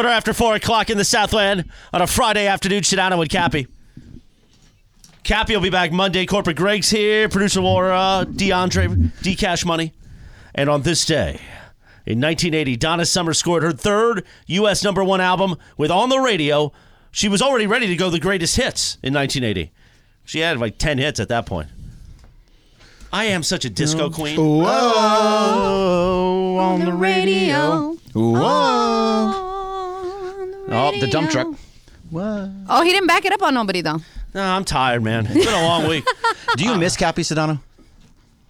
Quarter after four o'clock in the Southland on a Friday afternoon, Shadano with Cappy. Cappy will be back Monday. Corporate Greg's here, producer Laura, DeAndre, D Cash Money. And on this day, in 1980, Donna Summer scored her third U.S. number one album with On the Radio. She was already ready to go the greatest hits in 1980. She had like 10 hits at that point. I am such a disco queen. Whoa, on the radio. Whoa. Oh, the dump truck. Oh, he didn't back it up on nobody though. No, I'm tired, man. It's been a long week. Do you miss Cappy Sedano?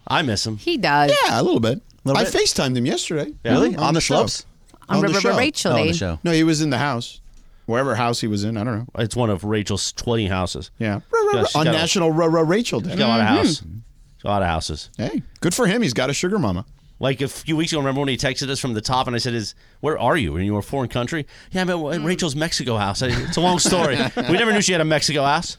I miss him. He does. Yeah, a little bit. Little I bit. FaceTimed him yesterday. Mm-hmm. Yeah. Really? On the show. schlubs? on, on the River show. Rachel. Oh, on eh? the show. No, he was in the house, wherever house he was in. I don't know. It's one of Rachel's 20 houses. Yeah. she's On got a- National Ra Ra Rachel Day. She's got a lot of Mm-hmm. house. She's got A lot of houses. Mm-hmm. Hey, good for him. He's got a sugar mama. Like a few weeks ago, remember when he texted us from the top and I said, "Is where are you? And you were a foreign country? Yeah, I'm at Mm. at Rachel's Mexico house. I- It's a long story. we never knew she had a Mexico house.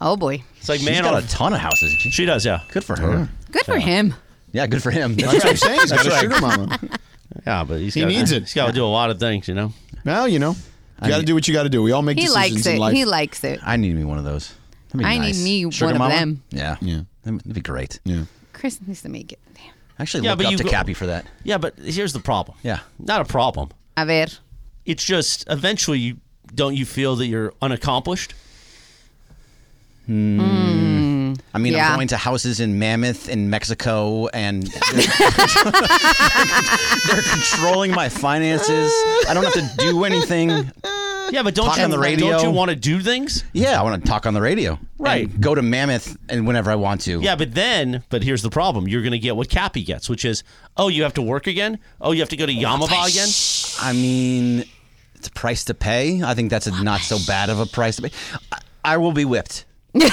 Oh boy. It's like, She's man, got on a ton of houses. She- she does, yeah. Good for her. Good for him. Yeah, good for him. That's what I'm saying. He's got a sugar mama. Yeah, but he's He gotta- needs it. He's got to do a lot of things, you know? Well, you know, you got to do what you got to do. We all make He decisions likes in it. life. He likes it. I need me one of those. That'd be I need nice. me Sugar one of mama? them. Yeah. Yeah. That'd that'd be great. yeah. Chris needs to make it. Damn. I Actually, Yeah, look but up you to go- Cappy for that. Yeah, but here's the problem. Yeah. Not a problem. A ver. It's just eventually, you, don't you feel that you're unaccomplished? I mean, Mm. Yeah. I'm going to houses in Mammoth in Mexico, and they're, they're controlling my finances. I don't have to do anything. Mm. Yeah, but don't Talk you on the radio. don't you want to do things? Yeah, I want to talk on the radio. Right. And go to Mammoth and whenever I want to. Yeah, but then, but here's the problem: you're going to get what Cappy gets, which is, oh, you have to work again. Oh, you have to go to Yamava again. I mean, it's a price to pay. I think that's a not so bad of a price to pay. I, I will be whipped.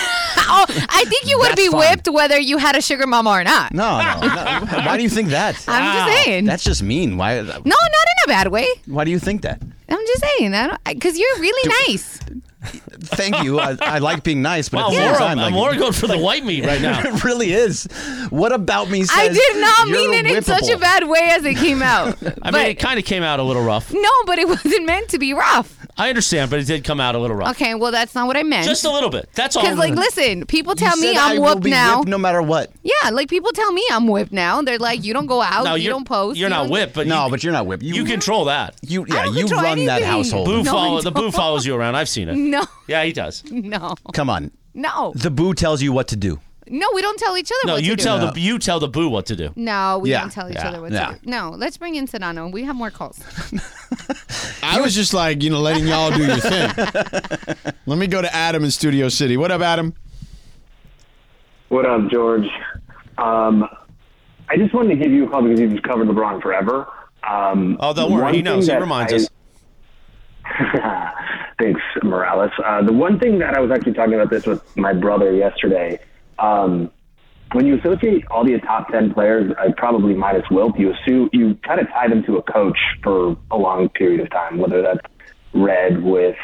Oh, I think you would That's be fine. whipped whether you had a sugar mama or not. No, no, no. Why do you think that? I'm just saying. That's just mean. Why? no, not in a bad way. Why do you think that? I'm just saying. I don't because you're really nice. Thank you. I, I like being nice, but Wow, at the same Laura, time, like, I'm Laura going for the white meat right now. it really is. What about me? Says I did not you're mean it in such a whippable? bad way as it came out. I mean, But- it kind of came out a little rough. no, but it wasn't meant to be rough. I understand, but it did come out a little rough. Okay, well that's not what I meant. Just a little bit. That's all. Because like, listen, people You tell me said I I'm will whooped be now. whipped no matter what. Yeah, like people tell me I'm whipped now. They're like, you don't go out, no, you you're- don't post. you You're not don't- whipped, but no, you, but you're not whipped. You, you control that. You, yeah, don't you control run that anything. household. No, Boo I follow the boo don't. follows you around. I've seen it. No, Yeah, he does. no, Come on. no, The boo tells you what to do. no. We don't tell each other. No, what you to tell do. the you tell the boo what to do. No, we Yeah, don't tell each yeah, other what yeah. to do. No, let's bring in Sedano. We have more calls. I was just like, you know, letting y'all do your thing. Let me go to Adam in Studio City. What up, Adam? What up, George? Um, I just wanted to give you a call because you've covered LeBron forever. Um, Oh, don't worry, one he knows. thing He that reminds I- us. Thanks, Morales. Uh, the one thing that I was actually talking about this with my brother yesterday. Um, when you associate all the top ten players, uh, probably minus Wilt, you assume you kind of tie them to a coach for a long period of time, whether that's Red with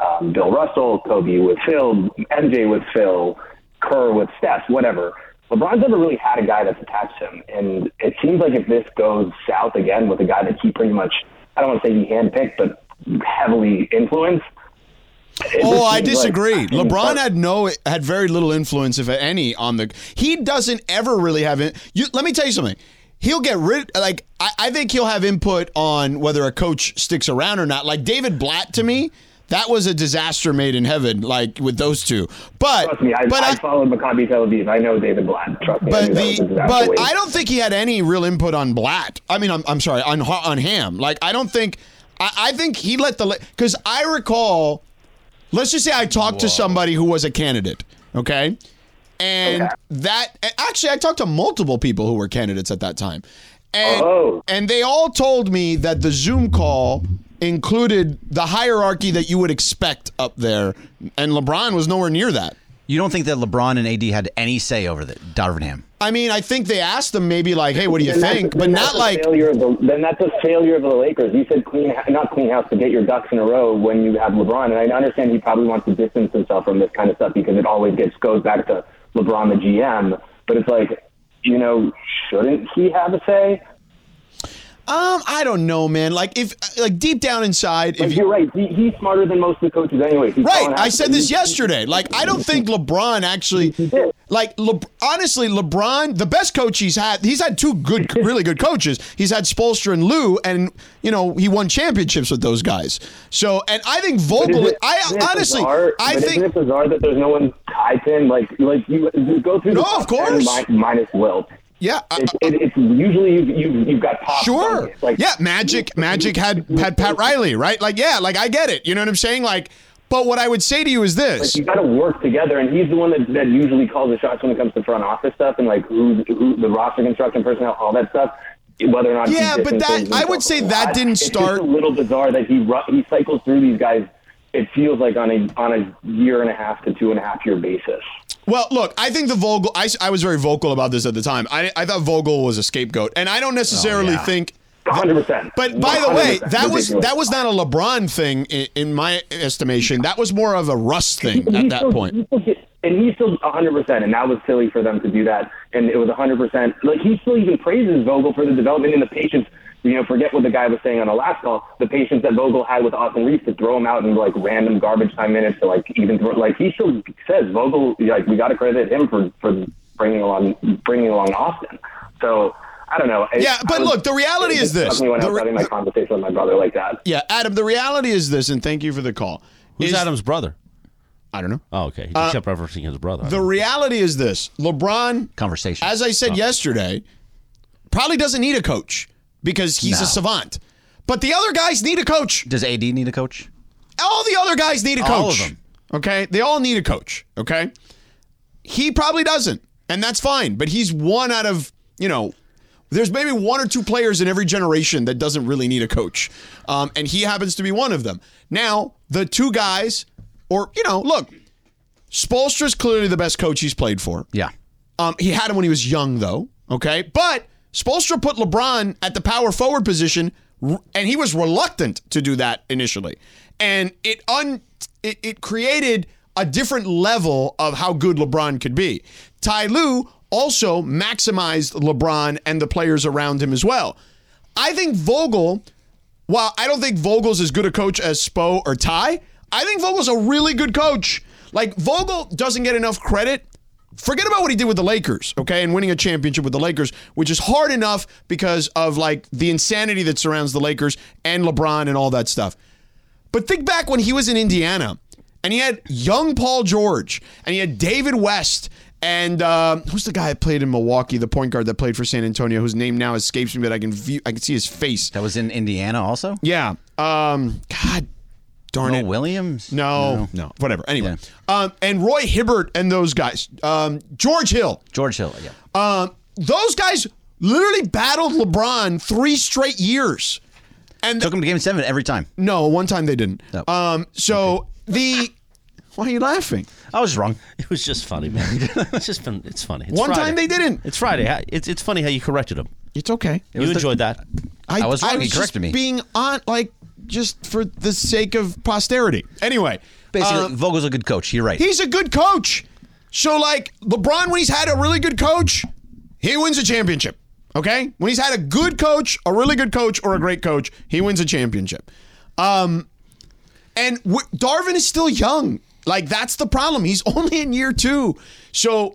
um, Bill Russell, Kobe with Phil, MJ with Phil, Kerr with Steph, whatever. LeBron's never really had a guy that's attached to him, and it seems like if this goes south again with a guy that he pretty much—I don't want to say he handpicked, but heavily influenced. it Oh, just I seems like- disagree. I mean, LeBron but- had no, had very little influence, if any, on the. He doesn't ever really have it. You, let me tell you something. He'll get rid. Like I, I think he'll have input on whether a coach sticks around or not. Like David Blatt to me, that was a disaster made in heaven. Like with those two, but Trust me, I, but I, followed Maccabi Tel Aviv. I know David Blatt. Trust me. I But knew that was a the disaster but waiting. I don't think he had any real input on Blatt. I mean, I'm, I'm sorry on Ha- on Ham. Like I don't think I, I think he let the because I recall. Let's just say I talked to somebody who was a candidate, okay, and Okay. that and actually I talked to multiple people who were candidates at that time, and Oh. and they all told me that the Zoom call included the hierarchy that you would expect up there, and LeBron was nowhere near that. You don't think that LeBron and AD had any say over the Darvinham? I mean, I think they asked them maybe like, "Hey, what do you Then that's- think?" then But that's not a like, failure of the, then that's a failure of the Lakers. You said clean, not clean house, to get your ducks in a row when you have LeBron. And I understand he probably wants to distance himself from this kind of stuff because it always gets goes back to LeBron the GM. But it's like, you know, shouldn't he have a say? Um, I don't know, man. Like if like deep down inside, But if you're right. He, he's smarter than most of the coaches anyway. He's Right. Colin I Kaepernick. said this yesterday. Like, I don't think LeBron actually, like, Le, honestly, LeBron, the best coach he's had, he's had two good, really good coaches. He's had Spolstra and Lou, and, you know, he won championships with those guys. So, and I think But is Vogel, it- I isn't it honestly, bizarre- I but think, isn't it bizarre that there's no one tied to him. Like, like you, you go through. No, the top of course. 10 mi- minus Wilt. yeah. I- It's, it, it's usually you, you, you've got pop. Sure. Duncan. Like, yeah, Magic Magic had had Pat Riley, right? Like yeah, like I get it. You know what I'm saying? Like but what I would say to you is this. You got to work together, and he's the one that, that usually calls the shots when it comes to front office stuff and like who, who the roster construction, personnel, all that stuff. Whether or not he Yeah, but distances that- I would himself say a that lot. didn't It's just start- a little bizarre that he ru- he cycles through these guys. It feels like on a on a year and a half to two and a half year basis. Well, look, I think the Vogel I, s- I was very vocal about this at the time. I I thought Vogel was a scapegoat, and I don't necessarily Oh, yeah. think Hundred percent. But by the way, that was that was not a LeBron thing in, in my estimation. That was more of a Russ thing at that still, point. he still get- and he's still 100%, and that was silly for them to do that. And it was 100%. Like, he still even praises Vogel for the development and the patience. You know, forget what the guy was saying on the last call. The patience that Vogel had with Austin Reeves to throw him out in like random garbage time minutes to like even throw. Like he still says Vogel. Like we got to credit him for for bringing along bringing along Austin. So I don't know. It- Yeah, but I was- look, the reality it is just this. struck Me when The I was re- having my the- conversation with my brother like that. Yeah, Adam, the reality is this, and thank you for the call. Who's is- Adam's brother? I don't know. Uh, Oh, okay. He kept referencing his brother. The reality is this LeBron, Conversation. as I said yesterday, probably doesn't need a coach because he's No. a savant. But the other guys need a coach. Does AD need a coach? All the other guys need a coach. All of them. Okay? They all need a coach. Okay? He probably doesn't. And that's fine. But he's one out of, you know, there's maybe one or two players in every generation that doesn't really need a coach. Um, and he happens to be one of them. Now, the two guys, or, you know, look, Spolstra's clearly the best coach he's played for. Yeah. Um, he had him when he was young, though. Okay, but Spolstra put LeBron at the power forward position, r- and he was reluctant to do that initially, and it un it, it created a different level of how good LeBron could be. Ty Lue also maximized LeBron and the players around him as well. I think Vogel while I don't think Vogel's as good a coach as Spo or Ty, I think Vogel's a really good coach. Like Vogel doesn't get enough credit. Forget about what he did with the Lakers, okay, and winning a championship with the Lakers, which is hard enough because of like the insanity that surrounds the Lakers and LeBron and all that stuff. But think back when he was in Indiana and he had young Paul George and he had David West and uh, who's the guy that played in Milwaukee, the point guard that played for San Antonio, whose name now escapes me, but I can view, I can see his face. That was in Indiana also? Yeah. Um. God darn Mo it. Williams? No, no. Whatever. Anyway. Um. And Roy Hibbert and those guys. Um. George Hill. George Hill, yeah. Um. Those guys literally battled LeBron three straight years. And Took him to game seven every time. Oh. no, one time they didn't. No. Um. So the. Why are you laughing? I was wrong. It was just funny, man. it's just been, it's funny. It's One Friday. time they didn't. It's Friday. Ha- It's it's funny how you corrected him. It's okay. You enjoyed that. I was wrong. He just corrected me. Being on like just for the sake of posterity. Anyway. Basically, um, Vogel's a good coach. You're right. He's a good coach. So, like, LeBron, when he's had a really good coach, he wins a championship. Okay? When he's had a good coach, a really good coach, or a great coach, he wins a championship. Um, and w- Darvin is still young. Like, that's the problem. He's only in year two. So,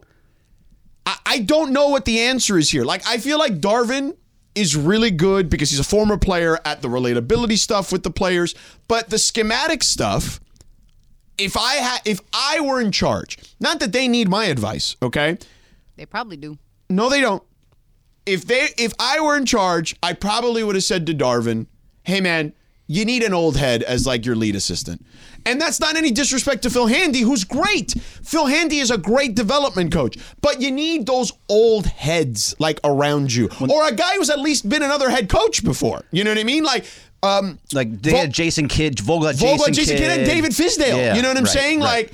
I, I don't know what the answer is here. Like, I feel like Darvin is really good because he's a former player at the relatability stuff with the players, but the schematic stuff if I had if I were in charge, not that they need my advice, okay? They probably do. No, they don't. If they if I were in charge, I probably would have said to Darvin, "Hey man, you need an old head as like your lead assistant." And that's not any disrespect to Phil Handy, who's great. Phil Handy is a great development coach, but you need those old heads like around you, or a guy who's at least been another head coach before. You know what I mean? Like, um, like they Vo- had Jason Kidd, Vogel had Vogel, Jason, Jason, Kidd, and David Fisdale. Yeah, you know what I'm right, saying? right. Like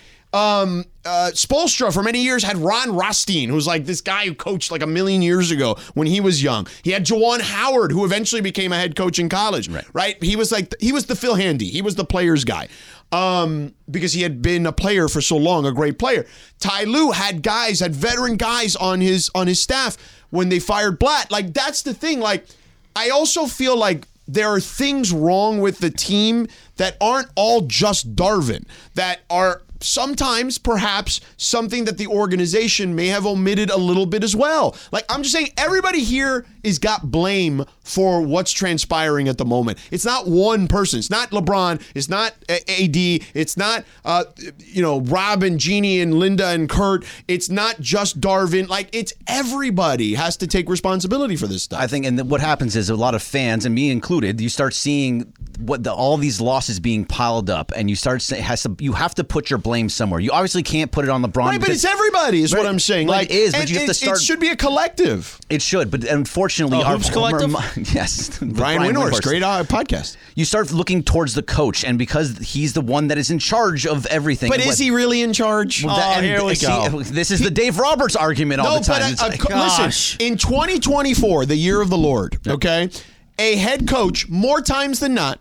um, uh, Spolstra for many years had Ron Rothstein, who's like this guy who coached like a million years ago when he was young. He had Jawan Howard, who eventually became a head coach in college. Right. He was like he was the Phil Handy. He was the players guy. Um, because he had been a player for so long, a great player. Ty Lue had guys, had veteran guys on his on his staff when they fired Blatt. Like that's the thing. Like I also feel like there are things wrong with the team that aren't all just Darvin, that are sometimes perhaps something that the organization may have omitted a little bit as well. Like I'm just saying everybody here is got blame for what's transpiring at the moment. It's not one person. It's not LeBron, it's not A- AD, it's not uh you know Rob and Jeannie and Linda and Kurt, it's not just Darvin. Like it's everybody has to take responsibility for this stuff. I think, and then what happens is a lot of fans, and me included, you start seeing what the, all these loses being piled up, and you start say, has to you have to put your blame somewhere. You obviously can't put it on LeBron. Right, but because- it's everybody, is what Right, I'm saying. but Like it is, but and you have to it- start- It should be a collective. It should, but unfortunately, Oh, our Hoops former Collective? mon- yes, Brian, Windhorst, Windhorst. great uh, podcast. You start looking towards the coach, and because he's the one that is in charge of everything. But and what- is he really in charge? Oh, and here we see, go. this is the Dave Roberts argument all the time. It's I- like- of co- Gosh. listen, in 2024, the year of the Lord, okay, a head coach more times than not,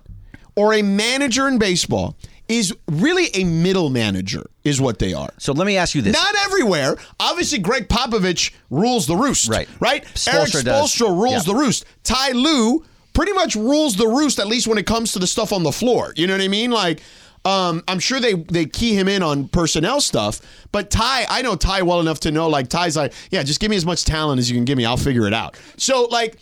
or a manager in baseball is really a middle manager, is what they are. so let me ask you this: Not everywhere. Obviously, Greg Popovich rules the roost. Right. Right? Spoelstra Eric does. Spolstra rules Yeah. the roost. Ty Lue pretty much rules the roost, at least when it comes to the stuff on the floor. You know what I mean? Like, um, I'm sure they, they key him in on personnel stuff, but Ty, I know Ty well enough to know, like, Ty's like, yeah, just give me as much talent as you can give me. I'll figure it out. So, like,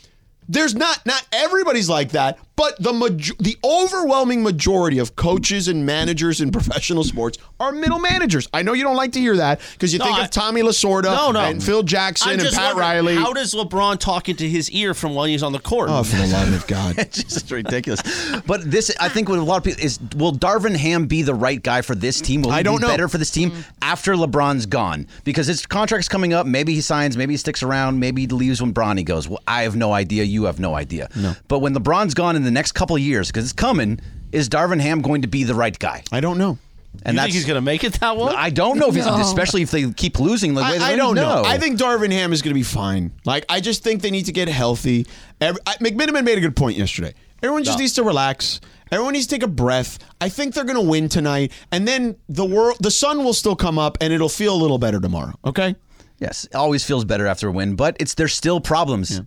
there's not not everybody's like that, but the maj- the overwhelming majority of coaches and managers in professional sports are middle managers. I know you don't like to hear that because you No, think I- of Tommy Lasorda No, no. and Phil Jackson I'm and just Pat wondering, Riley. How does LeBron talk into his ear from while he's on the court? oh, for the love of God! just ridiculous. But this, I think, what a lot of people is: Will Darvin Ham be the right guy for this team? Will he I don't be know. Mm. better for this team after LeBron's gone? Because his contract's coming up. Maybe he signs. Maybe he sticks around. Maybe he leaves when Bronny goes. Well, I have no idea. You have no idea. No. But when LeBron's gone in the next couple of years, because it's coming, is Darvin Ham going to be the right guy? I don't know. And you that's think he's gonna make it that one? I don't know if he's especially if they keep losing the way they I, I don't know. I think Darvin Ham is going to be fine. Like I just think they need to get healthy. Every, I, McMiniman made a good point yesterday. Everyone just needs to relax. Everyone needs to take a breath. I think they're going to win tonight, and then the world, the sun will still come up, and it'll feel a little better tomorrow. Okay. yes, it always feels better after a win, but it's there's still problems.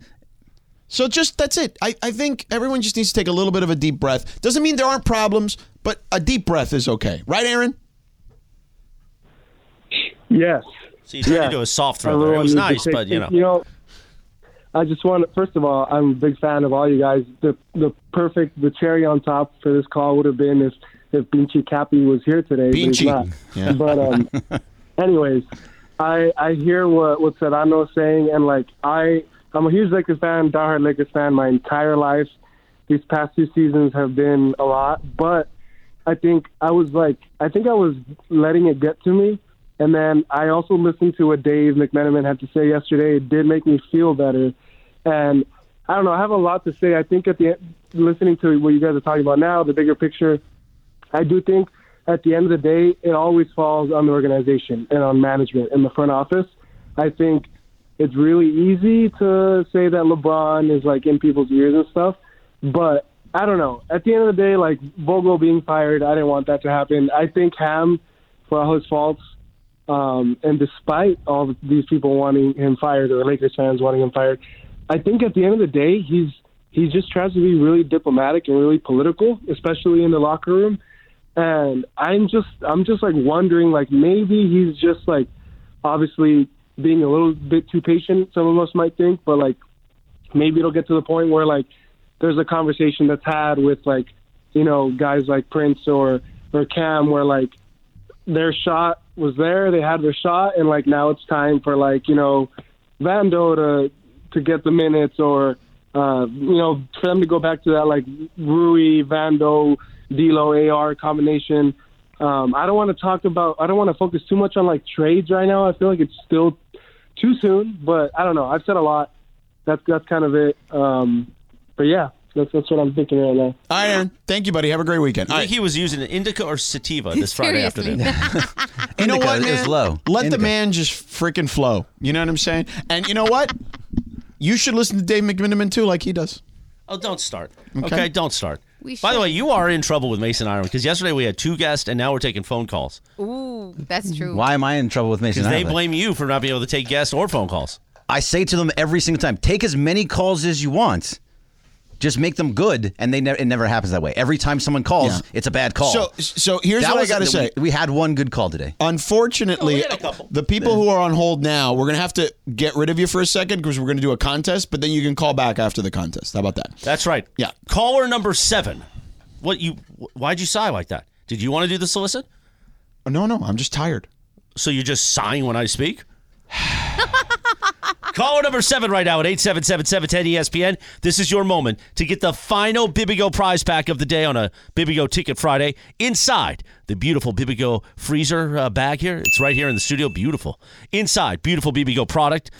So just that's it. I, I think everyone just needs to take a little bit of a deep breath. Doesn't mean there aren't problems, but a deep breath is okay, right, Aaron? Yes. See, he's trying Yeah. to do a soft throw there. It Everyone was needs to nice, take- but you know. You know, I just want to, first of all, I'm a big fan of all you guys. The the perfect, the cherry on top for this call would have been if if Beachy Cappy was here today. but he's Beachy. not. Yeah. But um, anyways, I I hear what what Serrano's saying, and like I I'm a huge Lakers fan, diehard Lakers fan my entire life. These past two seasons have been a lot, but I think I was like, I think I was letting it get to me. And then I also listened to what Dave McMenamin had to say yesterday. It did make me feel better. And I don't know, I have a lot to say. I think at the end, listening to what you guys are talking about now, the bigger picture, I do think at the end of the day, it always falls on the organization and on management and the front office. I think it's really easy to say that LeBron is like in people's ears and stuff, but I don't know. At the end of the day, like Vogel being fired, I didn't want that to happen. I think Ham, for all his faults, um, and despite all these people wanting him fired or Lakers fans wanting him fired, I think at the end of the day, he's he just tries to be really diplomatic and really political, especially in the locker room and I'm just I'm just like wondering like maybe he's just like obviously being a little bit too patient some of us might think but like maybe it'll get to the point where like there's a conversation that's had with like you know guys like Prince or or Cam where like their shot was there they had their shot and like now it's time for like you know Vando to to get the minutes or uh, you know for them to go back to that like Rui Vando D'Lo AR combination. Um, I don't want to talk about I don't want to focus too much on like trades right now. I feel like it's still too soon, but I don't know. I've said a lot. That's that's kind of it. Um, but yeah, that's that's what I'm thinking right now. All right, Aaron. Thank you, buddy. Have a great weekend. I All think right. he was using an indica or sativa this Friday Seriously. afternoon. You know Indica what, is man? low. Let Indica. the man just freaking flow. You know what I'm saying? And you know what? you should listen to Dave McMiniman too, like he does. Oh, don't start. Okay, don't start. We By the should. way, you are in trouble with Mason Ireland because yesterday we had two guests and now we're taking phone calls. Ooh, that's true. Why am I in trouble with Mason? Because they Ireland? blame you for not being able to take guests or phone calls. I say to them every single time, take as many calls as you want, Just make them good, and they ne- it never happens that way. Every time someone calls, Yeah. it's a bad call. So- so here's That what I was- gotta we- say. we had one good call today. No, Oh, we Unfortunately, had a couple. the people who are on hold now, we're gonna have to get rid of you for a second because we're gonna do a contest. But then you can call back after the contest. How about that? That's right. Yeah. Caller number seven. What you? wh- Why'd you sigh like that? Did you want to do the solicit? No, no, I'm just tired. So you're just sighing when I speak? Caller number seven E right now at 877-710-ESPN. This is your moment to get the final Bibigo prize pack of the day on a Bibigo Ticket Friday inside the beautiful Bibigo freezer uh, bag here. It's right here in the studio. Beautiful. Inside, beautiful Bibigo product,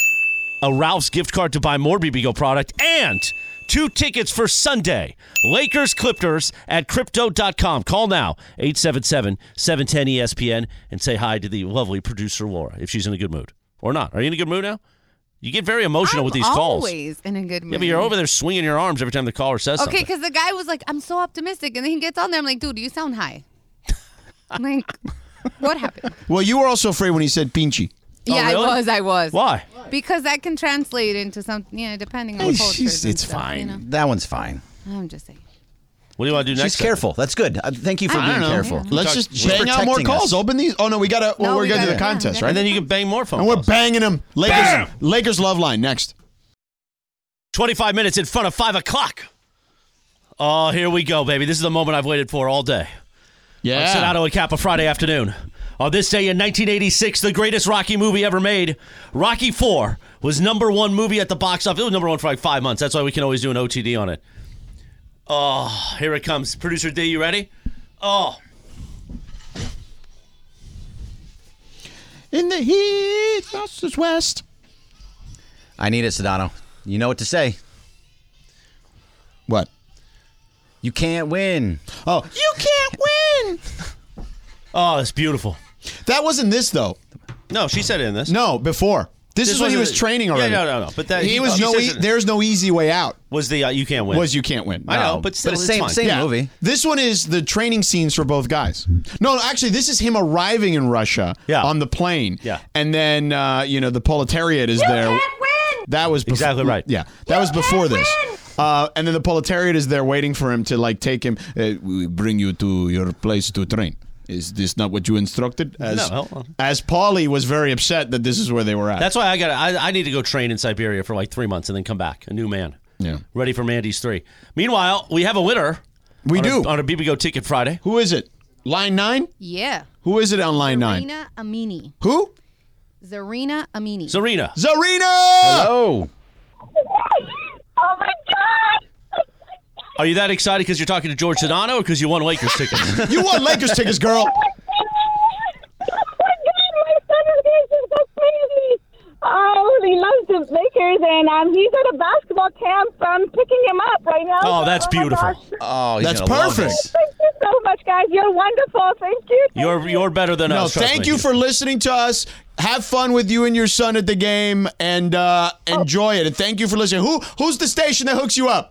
a Ralph's gift card to buy more Bibigo product, and two tickets for Sunday, Lakers Clippers at crypto.com. Call now, E 877-710-ESPN, and say hi to the lovely producer Laura if she's in a good mood or not. Are you in a good mood now? You get very emotional I'm with these calls. always in a good mood. Yeah, but you're over there swinging your arms every time the caller says Okay, something. because the guy was like, "I'm so optimistic," and then he gets on there. I'm like, "Dude, you sound high." I'm like, what happened? Well, you were also afraid when he said pinchy. yeah, Oh, really? I was. I was. Why? Because that can translate into something. Yeah, depending on cultures. she's- and it's stuff, fine. You That one's fine. know? I'm just saying. What do you want to do next? She's careful. That's good. Uh, thank you for I being don't know. careful. Let's She's just bang out more protecting us. calls. Open these. Oh no, we gotta. Well, No, we're we gonna do gotta- the yeah, contest, yeah. right? And then you can bang more phone And we're calls. banging them. Lakers. Bam! Lakers love line next. 25 minutes in front of 5 o'clock. Oh, here we go, baby. This is the moment I've waited for all day. On Sonato and Kappa Friday afternoon. On this day in 1986, the greatest Rocky movie ever made, Rocky Four was number one movie at the box office. It was number one for like five months. That's why we can always do an OTD on it. Oh, here it comes. Producer D, you ready? Oh, In the heat, that's just west. I need it, Sedano. You know what to say. What? You can't win. Oh, you can't win. oh, it's beautiful. That wasn't this though. No, she said it in this. No, before. This, This is when he wasn't was the- training Yeah, already. no, no, no, but that- he he- was he no. says E- it- there's no easy way out. was the uh, you can't win? Was you can't win. I know, No, but but still, it's it's same- fine. same- Yeah. movie. This one is the training scenes for both guys. No, actually, this is him arriving in Russia Yeah. on the plane. Yeah. And then, uh, you know, the proletariat is there. That was bef- Exactly right. Yeah. That was before this. Uh, and then the proletariat is there waiting for him to, like, take him, uh, we bring you to your place to train. Is this not what you instructed? As, No, well- as Paulie was very upset that this is where they were at. That's why I got. I, I need to go train in Siberia for like three months and then come back a new man. Yeah. Ready for Mandy's three. Meanwhile, we have a winner. We on do. a, on a BBGO ticket Friday. Who is it? Line nine? Yeah. Who is it on line nine? Zarina Amini. Who? Zarina Amini. Serena. Zarina! Oh, Oh my god! Are you that excited because you're talking to George Sedano or because you won Lakers tickets? You want Lakers tickets, girl. Oh my god, my son is here, he's so crazy. Oh, he loves the Lakers, and um, he's at a basketball camp. I'm picking him up right now. Oh, that's my beautiful. gosh. oh, he's That's gonna love perfect. this. Thank you so much, guys. You're wonderful. Thank you. Thank you're you. you're better than Oh, No, us. trust thank me. you for listening to us. Have fun with you and your son at the game, and uh, enjoy it. And thank you for listening. Who who's the station that hooks you up?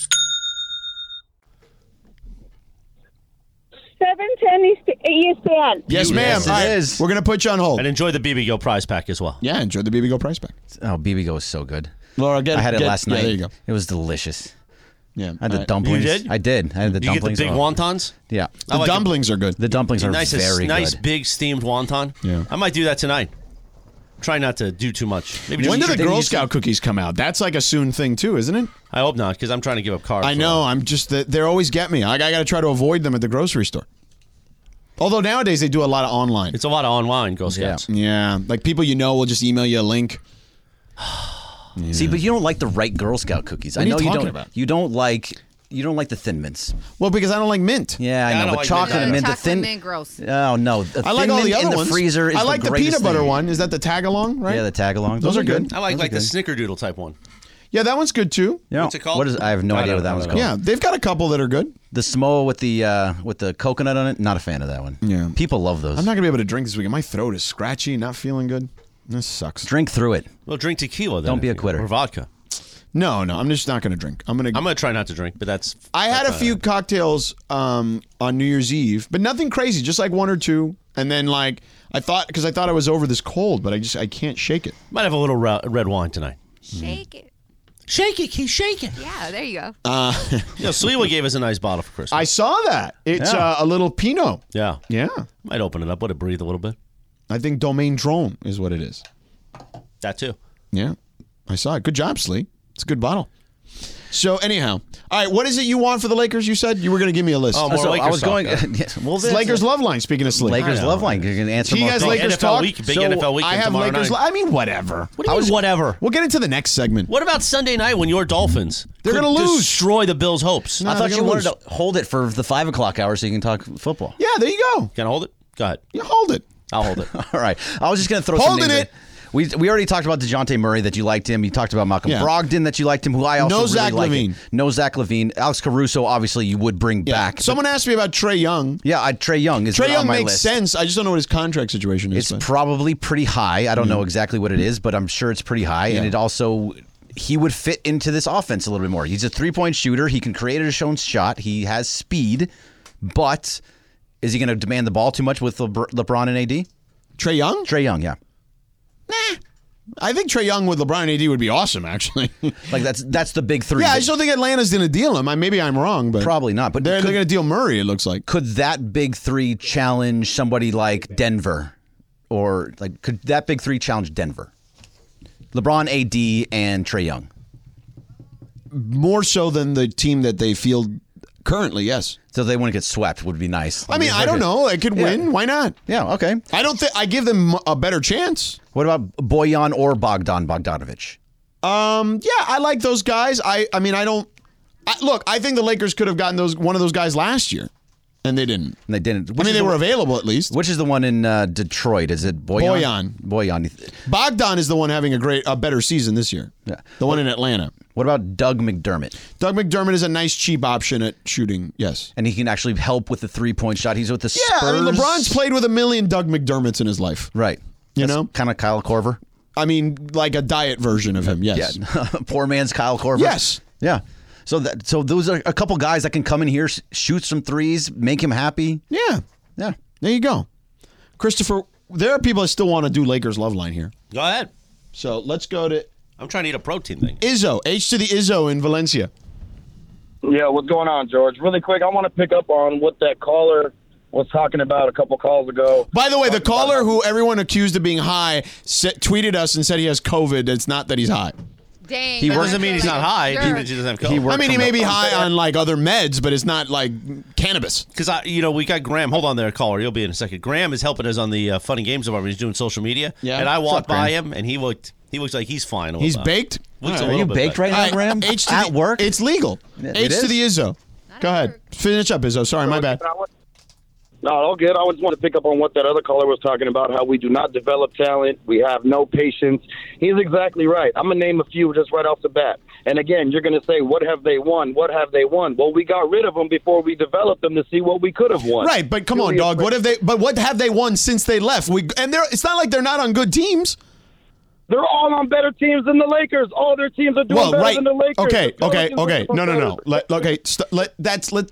710 East, East End. Yes, ma'am. Yes, it All right, is. We're gonna put you on hold. And enjoy the BB Go prize pack as well. Yeah, enjoy the BB Go price pack. Oh, BB Go is so good. Laura, get I had it get- last yeah, night. there you go. It was delicious. Yeah, I had all the right. dumplings. You did? I did. I had the Did you get the dumplings. big Oh, wontons? Yeah. The like 'em. dumplings are good. The dumplings are nice, very nice good. big steamed wonton. Yeah. I might do that tonight. Try not to do too much. Maybe When do just the eat- Girl Scout cookies come out? That's like a soon thing too, isn't it? I hope not, because I'm trying to give up carbs. I know. I'm just that they always get me. I, I got to try to avoid them at the grocery store. Although nowadays they do a lot of online. It's a lot of online Girl Scouts. yeah, like people you know will just email you a link. See, but you don't like the right Girl Scout cookies. I are you know you, talking don't. about? You don't like. You don't like the Thin Mints. Well, because I don't like mint. Yeah, I Yeah, I know. but don't like mint chocolate either. and mint, the Chocolate thin. mint, gross. Oh no, the I like Thin all the Mint other in ones. the freezer. Is I like the, greatest peanut butter thing. one. Is that the tag along? Right. Yeah, the tag along. Those are good. I like Those like are the good. snickerdoodle type one. Yeah, that one's good too. You know, What's it called? What is? I have no I idea don't what that know. one's called. Yeah, they've got a couple that are good. The Samoa with the uh, with the coconut on it. Not a fan of that one. Yeah. People love those. I'm not gonna be able to drink this weekend. My throat is scratchy, not feeling good. This sucks. Drink through it. Well, drink tequila. Then, Don't if be a you- quitter. Or vodka. No, no, I'm just not gonna drink. I'm gonna. I'm gonna try not to drink, but that's. I had a that's, uh, few cocktails um, on New Year's Eve, but nothing crazy, just like one or two. And then like I thought, because I thought I was over this cold, but I just I can't shake it. might have a little ra- red wine tonight. Mm. Shake it. Shake it, keep shaking. Yeah, there you go. You know, Sliwa gave us a nice bottle for Christmas. Uh, I saw that. It's uh, a little Pinot. yeah, Yeah, might open it up, let it breathe a little bit. I think Domaine Drone is what it is. That too. Yeah, I saw it. Good job, Slee. It's a good bottle. So anyhow, all right. What is it you want for the Lakers? You said you were going to give me a list. Oh, more so Lakers I was talk, going. though. yes, well, It's this- Lakers love line. Speaking of Slee, Lakers love line. You can answer. Do you more guys calls. Big Lakers NFL talk? week, big So NFL weekend I have tomorrow Lakers. night. Li- I mean, whatever. What do you mean, whatever? We'll get into the next segment. What about Sunday night when your Dolphins? They're could gonna lose. Destroy the Bills' hopes. No. I Nah, thought they're you gonna wanted lose. to hold it for the five o'clock hour so you can talk football. Yeah, there you go. Can I hold it? Go ahead. You hold it. I'll hold it. All right. I was just going to throw Holding some names it. in. We, we already talked about DeJounte Murray that you liked him. You talked about Malcolm Yeah. Brogdon that you liked him, who I also No really Zach like him. Levine. No Zach Levine. Alex Caruso, obviously, you would bring Yeah. back. Someone asked me about Trey Young. But- yeah, I, Trey Young is Trey on Young my makes list. sense. I just don't know what his contract situation is. It's but- Mm. probably pretty high. I don't know exactly what it is, but I'm sure it's pretty high. And it also, he would fit into this offense a little bit more. He's a three point shooter. He can create a shown shot. He has speed, but is he going to demand the ball too much with Lebr- LeBron and AD? Trey Young? Trey Young, yeah. I think Trey Young with LeBron and AD would be awesome, actually. yeah, Like that's that's the big three. I just don't think Atlanta's going to deal him. I, maybe I'm wrong, but Probably not, but they're, could- they're going to deal Murray. It looks like. could that big three challenge somebody like Denver, or like could that big three challenge Denver? LeBron, AD, and Trey Young. more so than the team that they field currently. Yes, So they wouldn't get swept. Would be nice. I mean I don't know. They could win. Why not? Yeah. Okay. I don't think I give them a better chance. What about Boyan or Bogdan Bogdanovich? Um, yeah, I like those guys. I I mean I don't. I, look, I think the Lakers could have gotten those one of those guys last year, and they didn't. And they didn't. Which I mean is they the were one- available at least. Which is the one in uh, Detroit? Is it Boyan? Bojan. Boyan. Boyan. Bogdan is the one having a great a better season this year. Yeah. the one in Atlanta. What about Doug McDermott? Doug McDermott is a nice cheap option at shooting. Yes. And he can actually help with the three point shot. He's with the Yeah, Spurs. I mean LeBron's played with a million Doug McDermotts in his life. Right. You know? kind of Kyle Corver. I mean, like a diet version of him. Yes. Yeah, poor man's Kyle Korver. Yes. Yeah. So that so those are a couple guys that can come in here, s- shoot some threes, make him happy. Yeah. Yeah. There you go. Christopher, there are people that still want to do Lakers love line here. Go ahead. So let's go to I'm trying to eat a protein thing. Izzo, H to the Izzo in Valencia. Yeah, what's going on, George? Really quick, I want to pick up on what that caller was talking about a couple calls ago. By the way, the caller who everyone accused of being high sa- tweeted us and said he has COVID. It's not that he's high. Dang. He that works- Doesn't mean he's like not a high. jerk. It means he doesn't have COVID. He worked I mean, he from may the- be high on like other meds, but it's not like cannabis. Because I, you know, we got Graham. Hold on there, caller. You'll be in a second. Graham is helping us on the uh, fun and games department. He's doing social media. Yeah. And I What's walked up, by him, and he looked. He looks like he's fine. A little He's bit. baked. Looks a All little you bit baked better. right now, Graham? H to At the, work? It's legal. H it to is? the Izzo. Go ahead. Finish up, Izzo. Sorry, my bad. But I want- No, all good. I just want to pick up on what that other caller was talking about, how we do not develop talent. We have no patience. He's exactly right. I'm going to name a few just right off the bat. And again, you're going to say, what have they won? What have they won? Well, we got rid of them before we developed them to see what we could have won. Right, but come on, dog. What have they? But what have they won since they left? We and they're. It's not like they're not on good teams. They're all on better teams than the Lakers. All their teams are doing Well, better right. than the Lakers. Okay, The okay, Pelicans are okay. No, no, no. Let, okay, st- let that's let.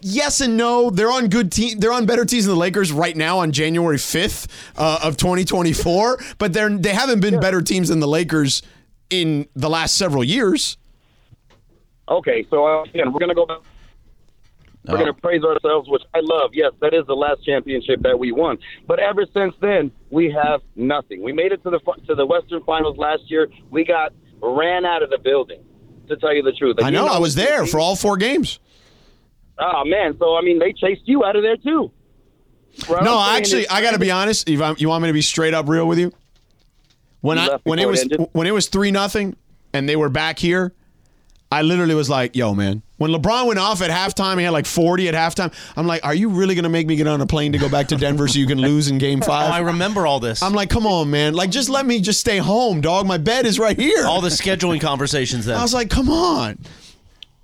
Yes and no. They're on good team. They're on better teams than the Lakers right now on January fifth uh, of 2024. But they're they haven't been better teams than the Lakers in the last several years. Okay, so uh, again, we're gonna go back. We're gonna praise ourselves, which I love. Yes, that is the last championship that we won. But ever since then, we have nothing. We made it to the fi- to the Western Finals last year. We got ran out of the building. To tell you the truth, I And you know. I was there for all four games. Oh man, so I mean, they chased you out of there too. What I'm No, saying actually, is- I got to be honest. If I'm, you want me to be straight up real with you, when You I left when it before it was ended? when it was three nothing and they were back here, I literally was like, "Yo, man." When LeBron went off at halftime, he had like 40 at halftime. I'm like, "Are you really gonna make me get on a plane to go back to Denver so you can lose in Game Oh, I Five? remember all this. I'm like, "Come on, man! Like, just let me just stay home, dog. My bed is right here." all the scheduling conversations then. I was like, "Come on."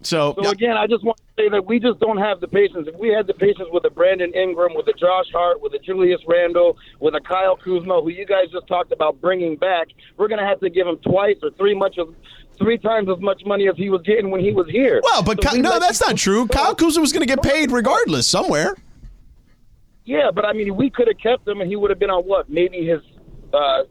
So, So again, I just want to say that we just don't have the patience. If we had the patience with a Brandon Ingram, with a Josh Hart, with a Julius Randle, with a Kyle Kuzma, who you guys just talked about bringing back, we're going to have to give him twice or three much of, three times as much money as he was getting when he was here. well, but So Ky- we no, let that's people- not true. Kyle Kuzma was gonna get paid regardless somewhere. Yeah, but I mean, we could have kept him, and he would have been on what? Maybe his uh,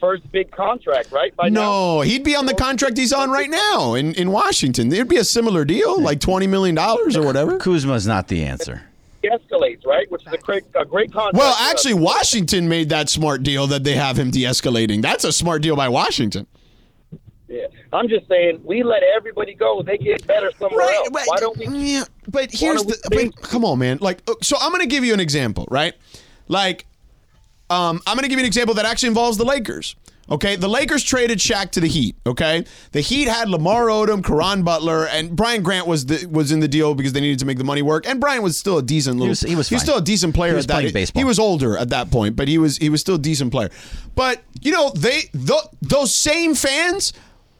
first big contract, right? By now? No, he'd be on the contract he's on right now in, in Washington. It'd be a similar deal, like twenty million dollars or whatever. Kuzma's not the answer. he escalates, right? Which is a great, a great contract. Well, for us. actually, Washington made that smart deal that they have him de-escalating. That's a smart deal by Washington. Yeah. I'm just saying, we let everybody go. They get better somewhere else. Why don't we? Yeah, but here's don't we the. But, think- come on, man. Like, uh, so I'm going to give you an example, right? Like, um, I'm going to give you an example that actually involves the Lakers. Okay, the Lakers traded Shaq to the Heat. Okay, the Heat had Lamar Odom, Karan Butler, and Brian Grant was the, was in the deal because they needed to make the money work. And Brian was still a decent little. was- he was fine. still a decent player He was at that. playing baseball. He was older at that point, but he was he was still a decent player. But you know, they th- those same fans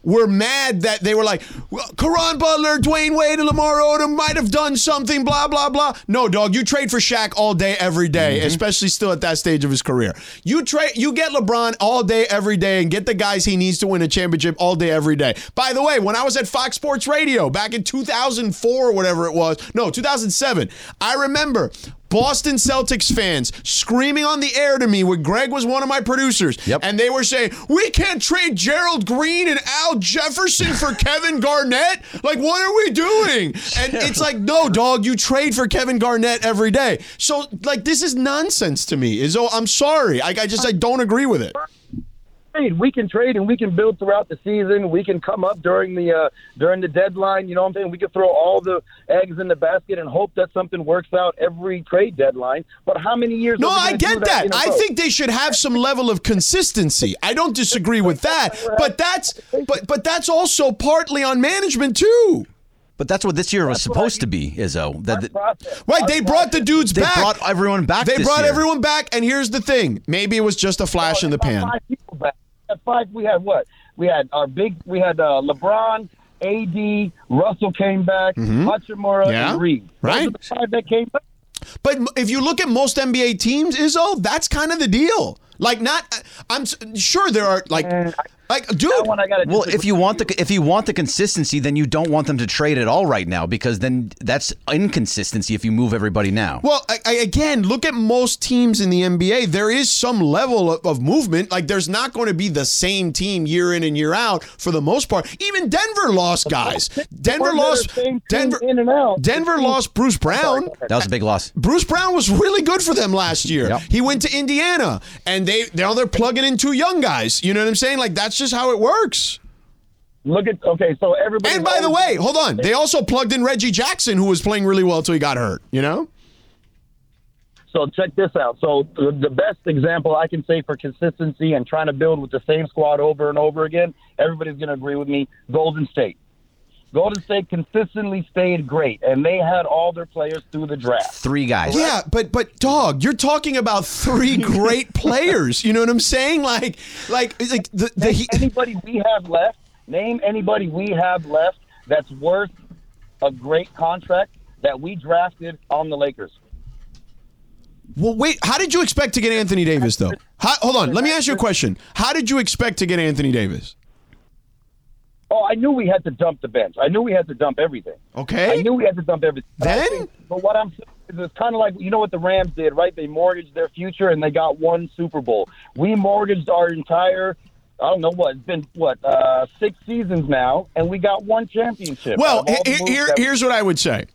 were mad that they were like, well, Karan Butler, Dwayne Wade, and Lamar Odom might have done something, blah, blah, blah. No, dog, you trade for Shaq all day, every day, Mm-hmm. especially still at that stage of his career. You trade you get LeBron all day, every day, and get the guys he needs to win a championship all day, every day. By the way, when I was at Fox Sports Radio back in 2004 or whatever it was, no, 2007, I remember Boston Celtics fans screaming on the air to me when Greg was one of my producers. Yep. And they were saying, We can't trade Gerald Green and Al Jefferson for Kevin Garnett. Like, what are we doing? And it's like, No, dog, you trade for Kevin Garnett every day. So, like, this is nonsense to me. Is oh, I'm sorry. I, I just I don't agree with it. trade. We can trade and we can build throughout the season. We can come up during the uh, during the deadline. You know what I'm saying? We can throw all the eggs in the basket and hope that something works out every trade deadline. But how many years? No, are we I gonna do get that. in a I row? think they should have some level of consistency. I don't disagree with that. But that's but but that's also partly on management too. But that's what this year was supposed to be, Izzo. That, that- Process. Right, they brought the dudes they back. brought everyone back. They this brought year. everyone back, and here's the thing: maybe it was just a flash in the About pan. Five people back. At five, we had what? We had our big. We had uh, LeBron, AD, Russell came back, Mm-hmm. Hachimura, Yeah. and Reed. uh, Those Right. are the five that came back. But m- if you look at most NBA teams, Izzo, that's kind of the deal. Like, not I- I'm s- sure there are like like dude. That one Mm, I got to. Well, if you want the if you want the consistency, then you don't want them to trade at all right now because then that's inconsistency if you move everybody now. Well, I, I, again, look at most teams in the NBA. There is some level of, of movement. Like, there's not going to be the same team year in and year out for the most part. Even Denver lost guys. Denver One that are lost. same team Denver in and out. Denver lost Bruce Brown. that was a big loss. Bruce Brown was really good for them last year. Yep. He went to Indiana, and they now they're plugging in two young guys. You know what I'm saying? Like that's just how it works. Look at okay, so everybody. And by the way, hold on, they also plugged in Reggie Jackson, who was playing really well until he got hurt. You know? So check this out. So the the best example I can say for consistency and trying to build with the same squad over and over again, everybody's going to agree with me. Golden State. Golden State consistently stayed great, and they had all their players through the draft. Three guys. Yeah, but but dog, you're talking about three great players. You know what I'm saying? Like like it's like the, the Name he, anybody we have left, name anybody we have left that's worth a great contract that we drafted on the Lakers. Well, wait. How did you expect to get Anthony Davis though? How, hold on. Let me ask you a question. How did you expect to get Anthony Davis? Oh, I knew we had to dump the bench. I knew we had to dump everything. Okay. I knew we had to dump everything. But I Then? think- but what I'm saying is it's kind of like you know what the Rams did, right? They mortgaged their future and they got one Super Bowl. We mortgaged our entire. I don't know what it's been. What uh, six seasons now, and we got one championship. Out Well, of all the he- moves here, that we- here's what I would say.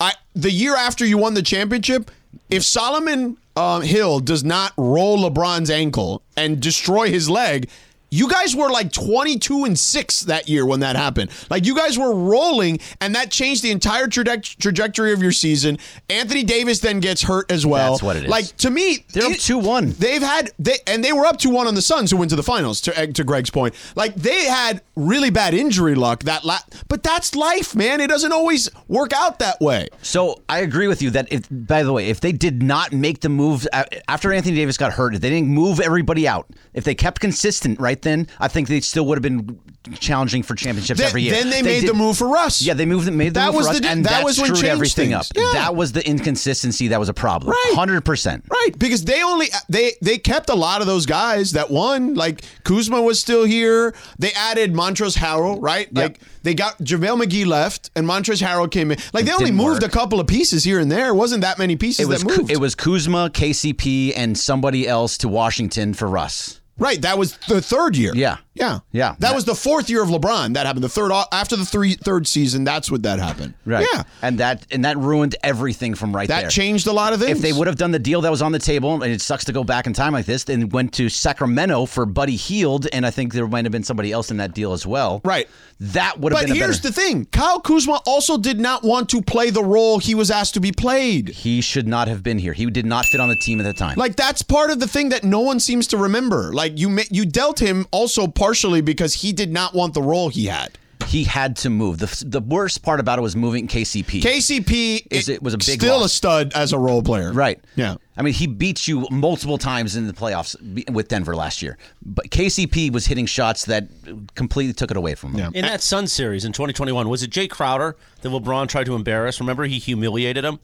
I the year after you won the championship, if Solomon um, Hill does not roll LeBron's ankle and destroy his leg, you guys were like 22 and six that year when that happened. Like you guys were rolling, and that changed the entire traje- trajectory of your season. Anthony Davis then gets hurt as well. That's what it is. Like to me, They're up it- 2-1. They've had they and they were up to one on the Suns who went to the finals. To to Greg's point, like they had really bad injury luck that la- but that's life, man. It doesn't always work out that way. So I agree with you that if, by the way, if they did not make the moves a- after Anthony Davis got hurt, if they didn't move everybody out, if they kept consistent right then, I think they still would have been challenging for championships Then- every year. then they made the move for Russ. Yeah, they moved, made the That move was for Russ, the di- and that that, was when screwed changed everything things. up. Yeah. That was the inconsistency that was a problem. Right. hundred percent. Right, because they only they they kept a lot of those guys that won. Like Kuzma was still here. They added Montrose Harrell, right? Like they got JaVale McGee left and Montrose Harrell came in. Like they only didn't moved work. a couple of pieces here and there. It wasn't that many pieces It was that Ku- moved. it was Kuzma, KCP, and somebody else to Washington for Russ. Right, that was the third year. Yeah. yeah, Yeah. That was the fourth year of LeBron. That happened. The third uh, after the three third season. That's what that happened. Yeah, and that and that ruined everything from right that there. changed a lot of things. If they would have done the deal that was on the table, and it sucks to go back in time like this, then went to Sacramento for Buddy Heald, and I think there might have been somebody else in that deal as well. Right. That would have But been. here's a better, the thing: Kyle Kuzma also did not want to play the role he was asked to be played. He should not have been here. He did not fit on the team at the time. Like that's part of the thing that no one seems to remember. Like you ma- you dealt him also partially because he did not want the role he had. he had to move. The the worst part about it was moving KCP. KCP Is it- was a big still a loss. stud as a role player. Right. Yeah. I mean, he beat you multiple times in the playoffs be- with Denver last year. But KCP was hitting shots that completely took it away from him. In that Sun series in 2021, was it Jay Crowder that LeBron tried to embarrass? Remember, he humiliated him,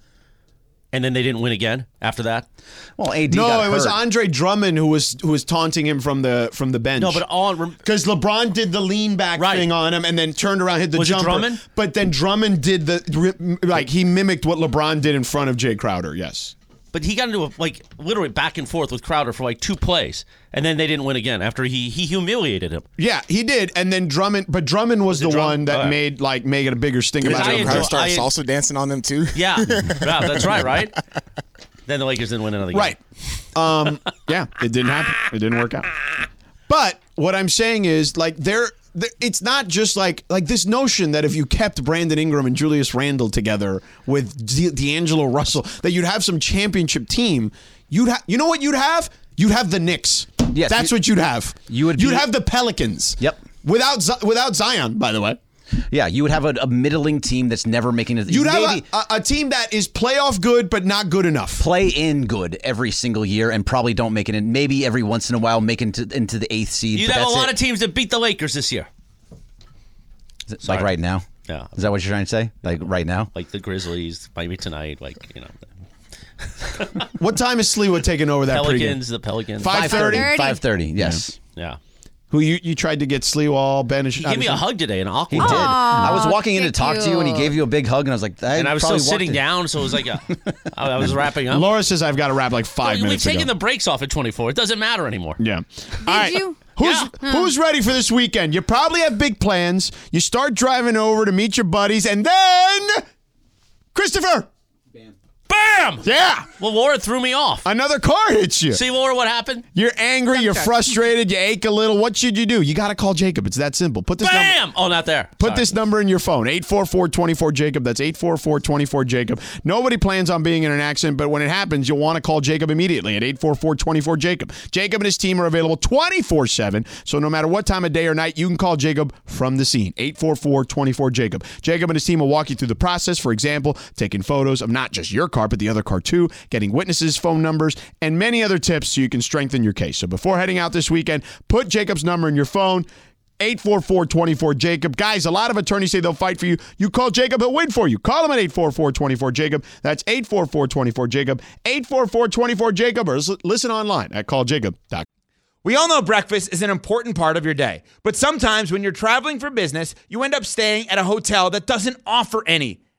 and then they didn't win again after that. Well, AD No, got it was hurt. Andre Drummond who was who was taunting him from the from the bench. No, but all rem- Because LeBron did the lean back Right. thing on him and then turned around, hit the Was it jumper. Drummond? But then Drummond did the like he mimicked what LeBron did in front of Jay Crowder. Yes. but he got into a, like literally back and forth with Crowder for like two plays, and then they didn't win again after he he humiliated him. Yeah, he did. And then Drummond, but Drummond was, the Drummond? one that Alright. made like make it a bigger sting about I Jay enjoy- Crowder. I- Starts also dancing on them too. Yeah, yeah, that's right, right. Then the Lakers didn't win another game. Right. Um, yeah, it didn't happen. It didn't work out. But what I'm saying is, like, there, there- it's not just like like this notion that if you kept Brandon Ingram and Julius Randle together with D- D'Angelo Russell, that you'd have some championship team. You'd have, you know what you'd have? You'd have the Knicks. Yes, that's you- what you'd have. you would You'd be- have the Pelicans. Yep. Without Z- without Zion, by the way. Yeah, you would have a, a middling team that's never making it. You'd have maybe a, a, a team that is playoff good but not good enough. play in good every single year and probably don't make it in. Maybe every once in a while make it into, into the eighth seed. You'd but have a that's lot it. of teams that beat the Lakers this year, Is it like right now. Yeah. Is that what you're trying to say? Like right now? like the Grizzlies, maybe tonight, like you know, the What time is Sliwa taking over that pregame? Pelicans, uh, the Pelicans. Five thirty. 5:30. 5:30. Yes. Yeah, Who you, you tried to get Sleewall, Banish? he gave me a hug today, an awkward. He did. I was walking in to thank talk to you and he you. gave you a big hug and I was like, I and I was still probably walked sitting in. down, so it was like a, I I was wrapping up. Laura says I've got to wrap like five We've minutes taken ago. the brakes off at 24. It doesn't matter anymore. yeah. All right. you? Who's Yeah. who's ready for this weekend? You probably have big plans. You start driving over to meet your buddies, and then Christopher. Bam! Bam! Yeah. Well, Laura threw me off. Another car hits you. See, Laura, what happened? You're angry, you're frustrated, you ache a little. What should you do? You got to call Jacob. It's that simple. Put this number Bam! Oh, not there. Put Sorry. this number in your phone, 844-24-JACOB. That's 844-24-JACOB. Nobody plans on being in an accident, but when it happens, you'll want to call Jacob immediately at 844-24-JACOB. Jacob and his team are available 24-7, so no matter what time of day or night, you can call Jacob from the scene, 844-24-JACOB. Jacob and his team will walk you through the process, for example, taking photos of not just your car, but the other car too, getting witnesses' phone numbers, and many other tips so you can strengthen your case. So before heading out this weekend, put Jacob's number in your phone. 844-24-JACOB. Guys, a lot of attorneys say they'll fight for you. You call Jacob, he'll win for you. Call him at 844-24-JACOB. That's 844-24-JACOB. 844-24-JACOB. Or lis- listen online at calljacob.com. We all know breakfast is an important part of your day, but sometimes when you're traveling for business, you end up staying at a hotel that doesn't offer any.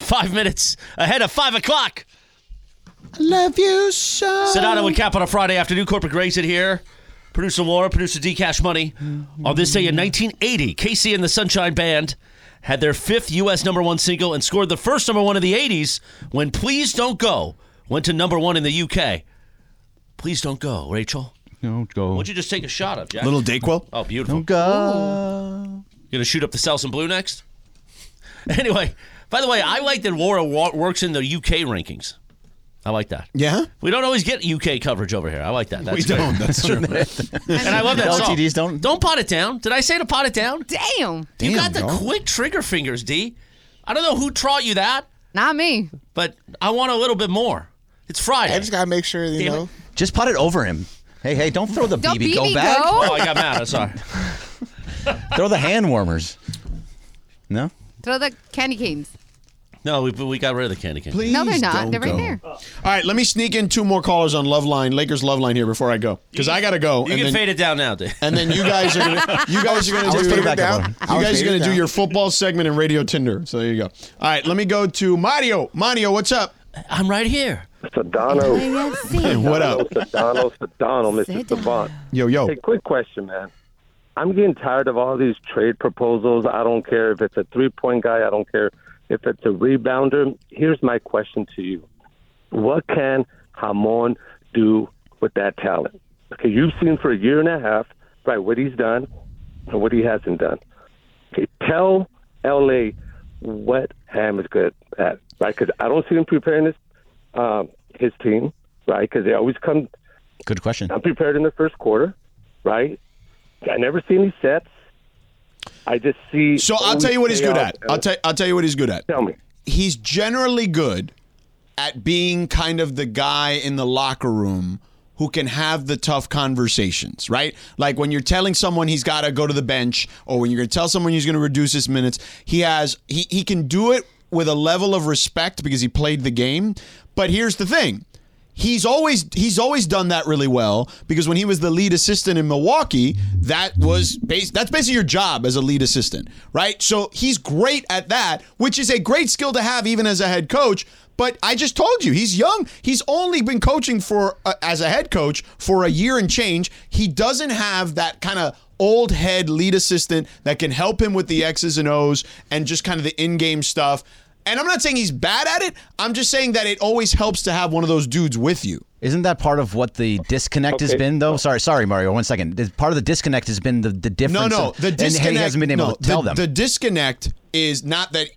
Five minutes ahead of five o'clock. I love you so. Sedano and Cap on a Friday afternoon. Corporate Grayson here. Producer Laura, producer D Cash Money. On this day in 1980, Casey and the Sunshine Band had their fifth U.S. number one single and scored the first number one of the 80s when Please Don't Go went to number one in the U.K. Please Don't Go, Rachel. Don't go. Why'd you just take a shot of, Jack? Little Dayquil. oh, beautiful. Go. You gonna shoot up the South and Blue next? anyway, by the way, I like that Laura wa- works in the UK rankings. I like that. Yeah? We don't always get UK coverage over here. I like that. That's We great. don't. That's true. And I love that song. LTDs don't- Don't pot it down. Did I say to pot it down? Damn, you Damn, got the dog. quick trigger fingers, D. I don't know who taught you that, not me. but I want a little bit more. It's Friday. I just gotta make sure you Damn it. know. Just pot it over him. Hey, hey, don't throw the Don't BB go BB back. oh, go. I got mad. I'm sorry. Throw the hand warmers. No? Throw the candy canes. No, we, we got rid of the candy cane. Please No, they're not. don't They're right go. there. All right, let me sneak in two more callers on Love Line, Lakers Love Line here before I go. Because I got to go. You and can then, fade it down now, D. And then you guys are gonna, you guys are gonna was do faded back down. a little. You I was guys are faded gonna do down. your football segment and radio Tinder. So there you go. All right, let me go to Mario. Mario, what's up? I'm right here. Sedano. What up? Sedano, Sedano, Mr. Sedano. Savant. Yo, yo. Hey, quick question, man. I'm getting tired of all these trade proposals. I don't care if it's a three point guy, I don't care if it's a rebounder. Here's my question to you What can Hamon do with that talent? Okay, you've seen for a year and a half, right, what he's done and what he hasn't done. Okay, tell LA what Ham is good at, right? Because I don't see him preparing his, um, his team, right? Because they always come Good question. I'm prepared in the first quarter, right? I never see any sets. I just see. So I'll only tell you what he's good chaos. at. I'll tell I'll tell you what he's good at. Tell me. He's generally good at being kind of the guy in the locker room who can have the tough conversations, right? Like when you're telling someone he's got to go to the bench or when you're going to tell someone he's going to reduce his minutes, he has he he can do it with a level of respect because he played the game. But here's the thing he's always he's always done that really well because when he was the lead assistant in Milwaukee, that was base, that's basically your job as a lead assistant, right? So he's great at that, which is a great skill to have even as a head coach. But I just told you, he's young. He's only been coaching for uh, as a head coach for a year and change. He doesn't have that kind of old head lead assistant that can help him with the X's and O's and just kind of the in-game stuff. And I'm not saying he's bad at it. I'm just saying that it always helps to have one of those dudes with you. Isn't that part of what the disconnect has Okay. been, though? Sorry, sorry, Mario. One second. This- Part of the disconnect has been the, the difference. No, no, of- the and he disconnect. hasn't been able no, to tell the, them. The disconnect is not that.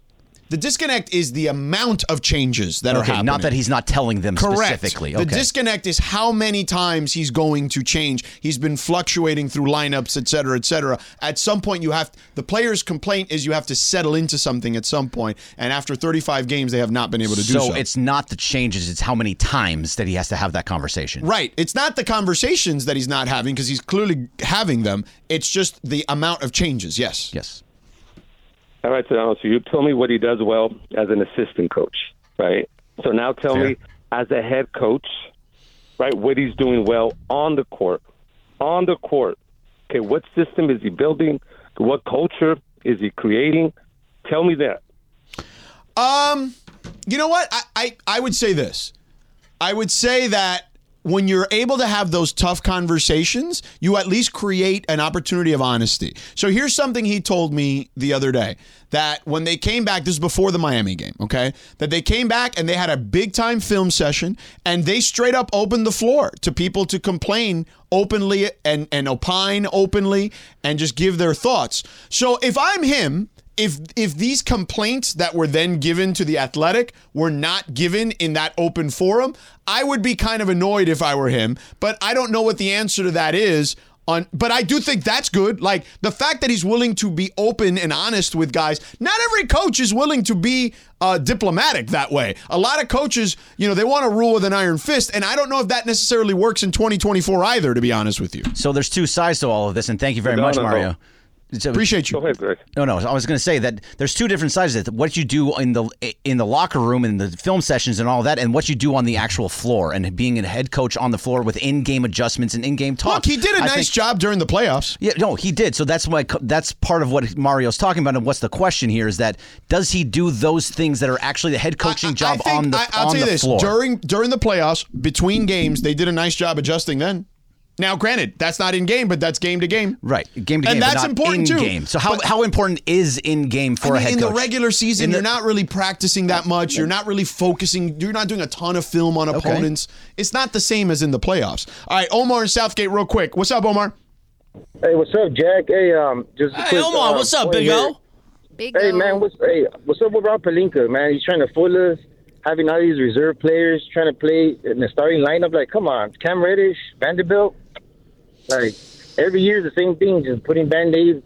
The disconnect is the amount of changes that are Okay, happening. not that he's not telling them Correct. specifically. The Okay. disconnect is how many times he's going to change. He's been fluctuating through lineups, et cetera, et cetera. At some point, you have the player's complaint is you have to settle into something at some point, and after 35 games, they have not been able to do so. so, it's not the changes; it's how many times that he has to have that conversation. Right. It's not the conversations that he's not having because he's clearly having them. It's just the amount of changes. Yes. Yes. All right, so so you tell me what he does well as an assistant coach, right? So now tell me as a head coach, right, what he's doing well on the court. On the court. Okay, what system is he building? What culture is he creating? Tell me that. Um, you know what? I, I, I would say this. I would say that when you're able to have those tough conversations, you at least create an opportunity of honesty. So here's something he told me the other day that when they came back, this is before the Miami game, okay? That they came back and they had a big time film session and they straight up opened the floor to people to complain openly and, and opine openly and just give their thoughts. So if I'm him, if if these complaints that were then given to the athletic were not given in that open forum i would be kind of annoyed if i were him but i don't know what the answer to that is on but i do think that's good like the fact that he's willing to be open and honest with guys not every coach is willing to be uh, diplomatic that way a lot of coaches you know they want to rule with an iron fist and i don't know if that necessarily works in 2024 either to be honest with you So there's two sides to all of this, and thank you very No, much, no, no. Mario. So- Appreciate you. No, no. I was going to say that there's two different sides of it. What you do in the in the locker room and the film sessions and all that, and what you do on the actual floor and being a head coach on the floor with in-game adjustments and in-game talk. Look, he did a I nice think- job during the playoffs. Yeah, no, he did. So that's why that's part of what Mario's talking about, and what's the question here is that does he do those things that are actually the head coaching job on the I'll on tell you the this: floor? during during the playoffs, between games, they did a nice job adjusting. Then, now, granted, that's not in game, but that's game to game. Right, game to game, but and that's not important in too. Game. So how, how important is in game for I mean, a head in coach? the regular season, In the- you're not really practicing that much. You're not really focusing. You're not doing a ton of film on opponents. It's not the same as in the playoffs. All right, Omar and Southgate, real quick. What's up, Omar? Hey, what's up, Jack? Hey, um, just a Hey, quick, Omar, uh, what's up, point Big O? here. hey, man, what's hey, what's up with Rob Pelinka, man? He's trying to fool us, having all these reserve players trying to play in the starting lineup. Like, come on, Cam Reddish, Vanderbilt. Like every year, the same thing, just putting band aids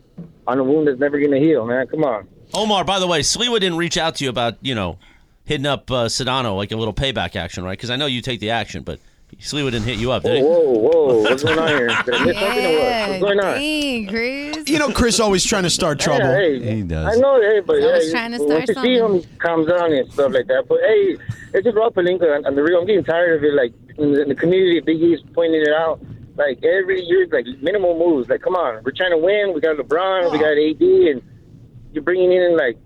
on a wound that's never gonna heal, man. Come on. Omar, by the way, Sliwa didn't reach out to you about you know hitting up uh, Sedano like a little payback action, right? Because I know you take the action, but Sliwa didn't hit you up, did he? Whoa, whoa, what's going on here? Did I miss something or what? What's going on? Dang, Chris. You know, Chris always trying to start trouble. hey, he I know, hey, but I yeah, was you- trying to once start you see him, he calms down and stuff like that. But hey, it's just Rob Pelinka, and, and the real, I'm getting tired of it. Like in the, in the community, Big E's pointing it out. Like every year, it's like minimal moves. Like come on, we're trying to win. We got LeBron, we got AD, and you're bringing in like,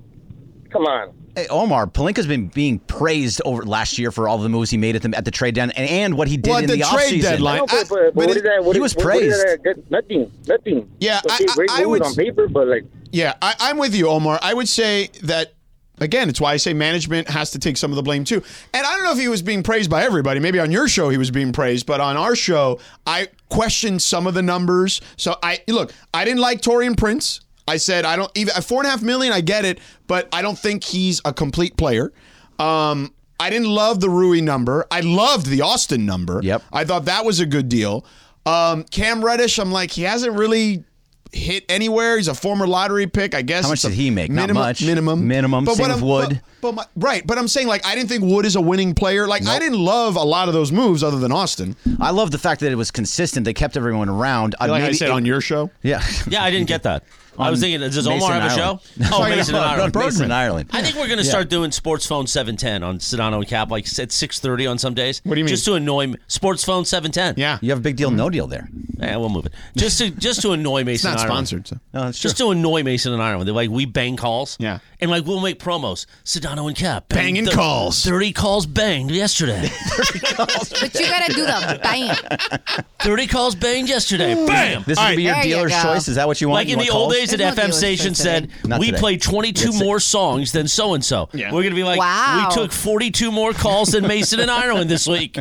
come on. Hey, Omar, Palinka's been being praised over last year for all the moves he made at the, at the trade deadline and, and what he did Well, at in the the, trade offseason. deadline, I know, but- but- but what is that- what he is- was what- what is praised. that? Good- nothing, nothing. Yeah, Okay, I- great I moves would- on paper, but like Yeah, I, I'm with you, Omar. I would say that again. It's why I say management has to take some of the blame too. And I don't know if he was being praised by everybody. Maybe on your show he was being praised, but on our show I questioned some of the numbers. So I look, I didn't like Torian Prince. I said I don't even at four and a half million. I get it, but I don't think he's a complete player. Um, I didn't love the Rui number. I loved the Austin number. Yep. I thought that was a good deal. Um, Cam Reddish, I'm like, he hasn't really hit anywhere. He's a former lottery pick, I guess. How much It's a did he make? Not minimum- much. Minimum. Minimum. Same what with I'm- Wood. But, but my, right, but I'm saying like I didn't think Wood is a winning player. Like I didn't love a lot of those moves other than Austin. I love the fact that it was consistent. They kept everyone around. Uh, Like I maybe said it- on your show. Yeah. Yeah, I didn't get that. I was On thinking, does Omar Mason have a Ireland. show? Oh, Sorry, Mason no, in no, Ireland. Mason in Ireland. I think we're going to Yeah. start doing Sports Phone 710 on Sedano and Cap, like at 6.30 on some days. What do you mean? Just to annoy me. Sports Phone 710. Yeah. You have a big deal, no deal there. Yeah, we'll move it. Just to just to annoy Mason. not in Ireland. sponsored, so. No, that's just to annoy Mason and Ireland. They're like we bang calls. Yeah, and like we'll make promos. Sedano and Cap Banging thir- calls. Thirty calls banged yesterday. But you gotta do the bam. Thirty calls banged yesterday. Bam. This would be your There you dealer's go. choice. Is that what you want? Like You in want the old calls? days, at There's no FM dealer's station choice said Not we today. played 22 Yes, more songs than so and so. We're gonna be like, Wow. we took 42 more calls than Mason and Ireland this week.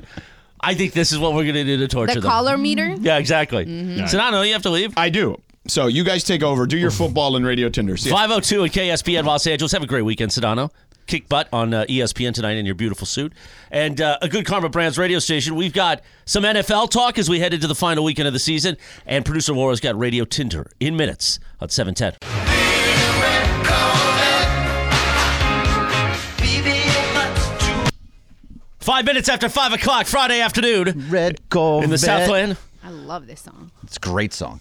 I think this is what we're gonna do to torture The them. collar meter? Mm-hmm. Yeah, exactly. Sedano, you have to leave. I do. So you guys take over. Do your football and radio tenders. Yeah. 502 at KSPN Los Angeles. Have a great weekend, Sedano. kick butt on uh, ESPN tonight in your beautiful suit. And uh, a good Karma Brands radio station. We've got some NFL talk as we head into the final weekend of the season. And producer Laura's got Radio Tinder in minutes at 710. Five minutes after five o'clock Friday afternoon. Red Gold in the Southland. I love this song. It's a great song.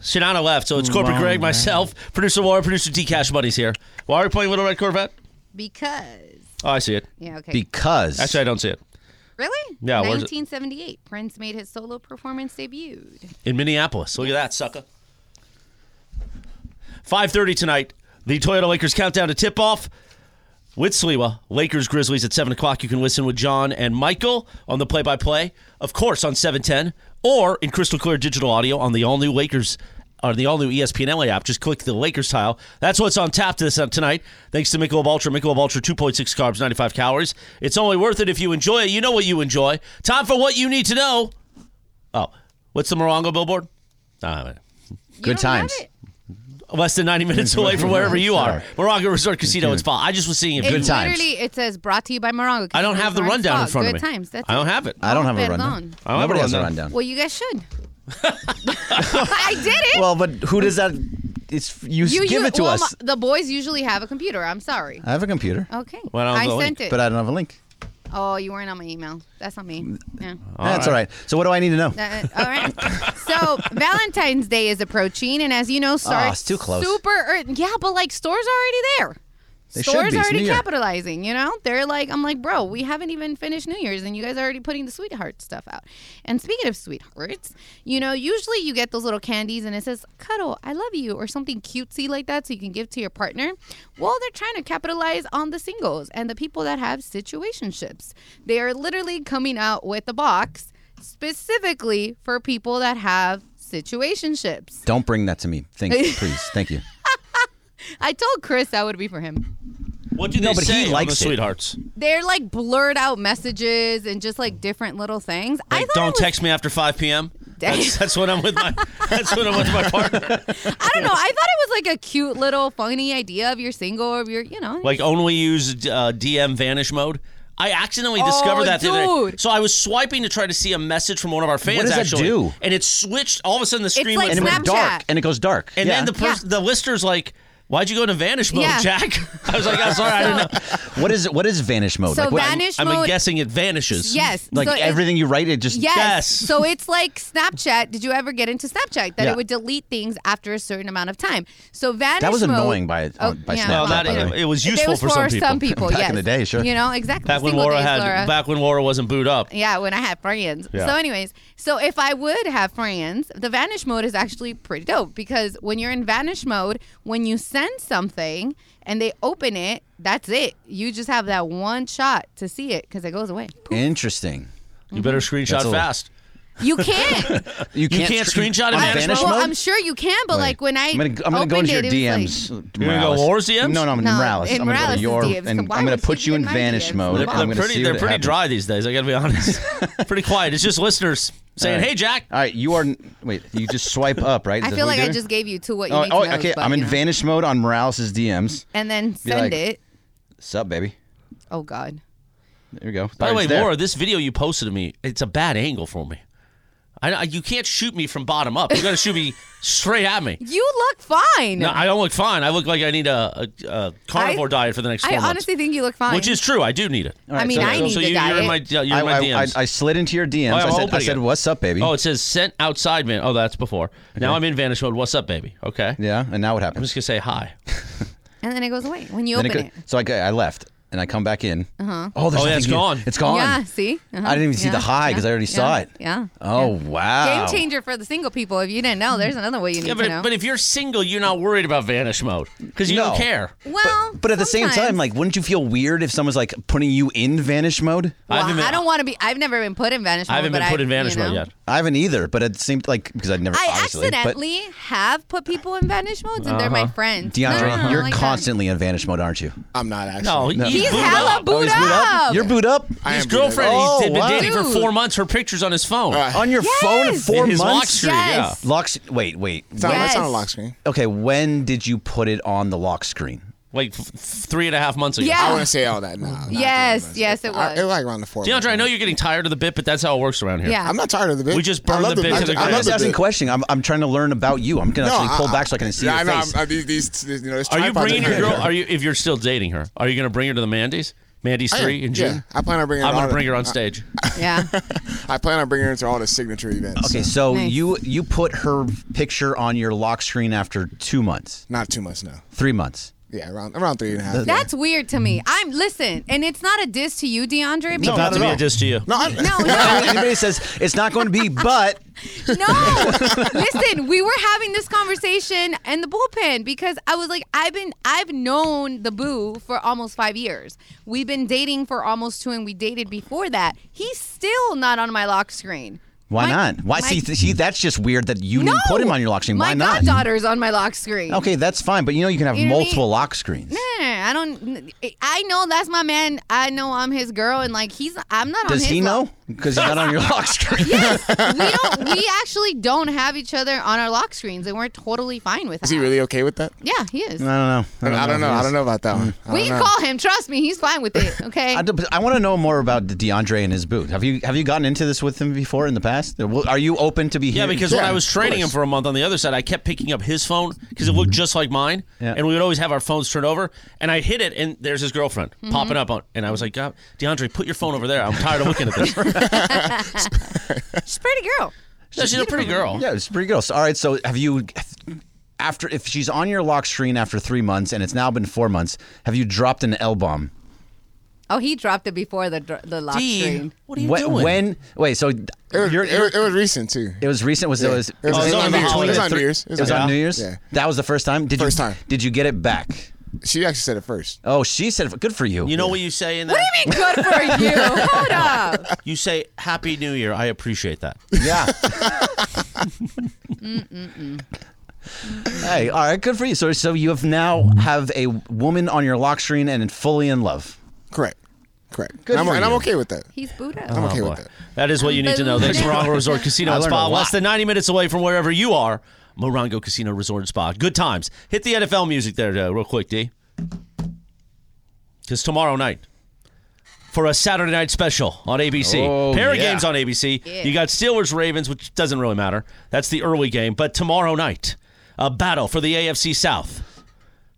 Shinano left, so it's Corporate Long Greg, ride. myself, producer Warren, producer D Cash Buddies here. Why are we playing Little Red Corvette? Because. Oh, I see it. Yeah, okay. Because actually, I don't see it. Really? Yeah, where's it? 1978. Prince made his solo performance debut. in Minneapolis. Look at that, sucker. 5.30 tonight, the Toyota Lakers countdown to tip-off with Sliwa. Lakers Grizzlies at 7 o'clock. You can listen with John and Michael on the play-by-play, of course, on 710, or in crystal clear digital audio on the all-new Lakers on the all-new E ESPN LA app. Just click the Lakers tile. That's what's on tap this uh, tonight. Thanks to Michelob Ultra. Michelob Ultra, 2.6 carbs, 95 calories. It's only worth it if you enjoy it. You know what you enjoy. Time for what you need to know. Oh, what's the Morongo billboard? Uh, Good times. Less than 90 minutes away from wherever you are. Sorry. Morongo Resort Casino in Spa. I just was seeing it. It literally it says brought to you by Morongo. I don't have the Morongo rundown in Spa. front of Good me. times. That's I don't have it. I don't have Oh, a rundown. perdón. I don't have Nobody a has a rundown. rundown. Well, you guys should. I did it. Well, but who does that? It's you, You- give you- it to well, us. my- the boys usually have a computer. I'm sorry. I have a computer. Okay. Well, I don't I have a link, sent it. but I don't have a link. oh, you weren't on my email. That's on me. Yeah. That's all right. So what do I need to know? Uh, all right. So Valentine's Day is approaching, and as you Ah, know, start it's too close. Super, er, yeah, but like stores are already there. They should stores be. are It's already New Year. capitalizing. You know, they're like, I'm like, bro, we haven't even finished New Year's, and you guys are already putting the sweetheart stuff out. And speaking of sweethearts, you know, usually you get those little candies, and it says "cuddle, I love you" or something cutesy like that, so you can give to your partner. Well, they're trying to capitalize on the singles and the people that have situationships. They are literally coming out with a box specifically for people that have situationships. Don't bring that to me. Thank you, please. Thank you. I told Chris that would be for him. What do they No, but he say on the likes it. sweethearts? They're like blurred out messages and just like different little things. I Like, thought don't text me after 5 p.m. That's, that's when I'm with my. That's when I'm with my partner. I don't know. I thought it was like a cute little funny idea of you're single or you're you know. Like only use uh, DM vanish mode. I accidentally Oh, discovered that the other day. dude. So I was swiping to try to see a message from one of our fans. does that actually, do? And it switched. All of a sudden, the It's stream like went and it Snapchat. went dark, and it goes dark. And Yeah. then the pers- the listener's like, "Why'd you go into vanish mode, Yeah. Jack?" I was like, "I'm sorry, I didn't know." what is what is vanish mode? So like, what, vanish I'm mode. guessing it vanishes. Yes. like so it- everything you write, it just Yes. Yes. So it's like Snapchat. Did you ever get into Snapchat that Yeah. it would delete things after a certain amount of time? So vanish That was mode- annoying by Oh, on by yeah, Well, Snapchat. that, by the it, way. it was It useful was for some people. people, Back yes. in the day, sure. You know exactly. Back when Single Laura days, had, Laura. back when Laura wasn't booed up. Yeah, when I had friends. Yeah. So, anyways, so if I would have friends, the vanish mode is actually pretty dope because when you're in vanish mode, when you send something and they open it, that's it. You just have that one shot to see it because it goes away. Interesting. You better Mm-hmm. screenshot That's a- fast. You can't. You can't can't, screen- screenshot on it in vanish vanish mode? well, mode. I'm sure you can, but like when I I'm gonna, I'm gonna go opened into your it, it was like- DMs. You're gonna go Laura's DMs? No, no, I'm No, Morales. in I'm gonna go to Morales' your DMs. and Why I'm gonna would put she you in get my vanish DMs? mode. They're, I'm they're gonna pretty. see They're what pretty happens. dry these days. I gotta be honest. pretty quiet. It's just listeners saying, All right. "Hey, Jack." All right, you are. Wait, you just swipe up, right? I Is that feel what like we I do? just gave you two what you Oh, need oh, to know, okay. but, I'm you in know. vanish mode on Morales' DMs. and then send like- it. Sup, baby? Oh God. There we go. By the All right, way, it's there. Laura, this video you posted to me, it's a bad angle for me. I, I- you can't shoot me from bottom up. You gotta shoot me straight at me. You look fine. No, I don't look fine. I look like I need a, a, a carnivore diet for the next four I months. honestly think you look fine. Which is true. I do need it. All right, I mean, so- I so need so the you, diet. you're in my, you're in I, my I, I, DMs. I slid into your DMs. Oh, yeah, I I'm said, I opening said, it. "What's up, baby?" Oh, it says sent outside man. Oh, that's before. Now I'm in vanish mode. What's up, baby? Okay. yeah. And now what I'm happens? just gonna say hi. and then it goes away when you Then open it it. go- so I, go- I left and I come back in. Uh-huh. Oh, there's Oh, yeah, nothing it's here. gone. It's gone. Yeah, see? Uh-huh. I didn't even see the Yeah, high because yeah, I already yeah, saw it. Yeah. Oh wow. Game changer for the single people. If you didn't know, there's another way you need Yeah, to know. but, but if you're single, you're not worried about vanish mode because you No. don't care. well, But at the same time, sometimes- like, wouldn't you feel weird if someone's like putting you in vanish mode? well, haven't been- I don't want to be. I've never been put in vanish mode. I haven't been but put in I've, vanish you know. mode yet. I haven't either, but it seemed like because I'd never I obviously, but- accidentally have put people in vanish modes, and they're Uh-huh. my friends. No, DeAndre, no, no, no, you're like that. constantly in vanish mode, aren't you? Oh, I'm not actually. No, he's, He's booed hella up. booed he's boot up. You're boot up I His am booted girlfriend, up. Oh, he's been wow. dating for Dude. four months. Her pictures on his phone. on your Yes. phone four his lock months. screen, Yes. yeah. Lock. s- Wait, wait. It's not, That's Yes. not a lock screen. Okay, when did you put it on the lock screen? like f- f- three and a half months ago. Yeah. I wouldn't say all that now. yes, yes, it was. It was like around the four. DeAndre, I know you're getting tired of the bit, but that's how it works around here. Yeah. I'm not tired of the bit. We just I burn the love the bit bit. to the I ground. love I'm just asking the- questioning. I'm, I'm trying to learn about you. I'm gonna No, actually pull I- back so I can see yeah, your I know, face. I'm- I- Uh, these, these, these, you know, this Are you tripod bringing thing- your girl? Are you if you're still dating her? Are you going to bring her to the Mandy's? Mandy's I am, three in yeah. June. I plan on bringing her I'm going on to it. Uh, bring her on stage. Yeah. I plan on bringing her to all the signature events. Okay, so you you put her picture on your lock screen after two months, not two months now, three months. Yeah, around around three and a half. yeah. That's weird to me. I'm listen, and it's not a diss to you, DeAndre. No, because- not at all. Just to you. No, I, anybody says it's not going to be, but Listen, we were having this conversation in the bullpen because I was like, I've been, I've known the boo for almost five years. We've been dating for almost two, and we dated before that. He's still not on my lock screen. why not? Why my- see, see? That's just weird that you didn't put him on your lock screen. My Why not? goddaughter's on my lock screen. Okay, that's fine, but you know you can have You know what I multiple mean? lock screens. Nah, I don't. I know that's my man. I know I'm his girl, and like he's, I'm not on Does his. he know? Because he's not on your lock screen. we don't. We actually don't have each other on our lock screens, and we're totally fine with Is that. he really okay with that? Yeah, he I don't is. know. I don't know. I don't know about that one. I We don't can know. call him. Trust me, he's fine with it. Okay. I, want to know more about DeAndre and his boot. Have you have you gotten into this with him before in the past? Are you open to be? Yeah, here? because when I was of training him course. for a month on the other side, I kept picking up his phone because it looked just like mine, Yeah. and we would always have our phones turned over. And I hit it, and there's his girlfriend Mm-hmm. Mhm. popping up on, and I was like, God, "DeAndre, put your phone over there. I'm tired of looking at this." she's a pretty girl. No, she's a pretty girl. Yeah, it's a pretty girl. So, all right, so have you after if she's on your lock screen after three months and it's now been four months, have you dropped an L bomb? Oh, he dropped it before the dr- the lock Dee, screen. What when, When? Wait. So it was, it was recent too. It was recent. Was Yeah. it was? It was on New Year's. It It was on New Year's. was on New Year's. Yeah. That was the first time. Did First you, time. Did you get it back? She actually said it first. Oh, she said, it- "Good for you." You know what you say in that? do you mean good for you? Hold up. You say "Happy New Year." I appreciate that. Yeah. hey, all right, good for you. So, so you have now have a woman on your lock screen and fully in love. Correct. Correct. Good and for I'm, and I'm you. okay with that. He's Buddha. I'm okay with Oh, boy. That is what you need to know. Thanks to Morongo Resort Casino I and learned Spa. a Less lot. than 90 minutes away from wherever you are, Morongo Casino Resort and Spa. Good times. Hit the NFL music there, uh, real quick, D. Because tomorrow night, for a Saturday night special on ABC, Oh, pair of yeah. games on ABC. You got Steelers Ravens, which doesn't really matter. That's the early game. But tomorrow night, a battle for the AFC South.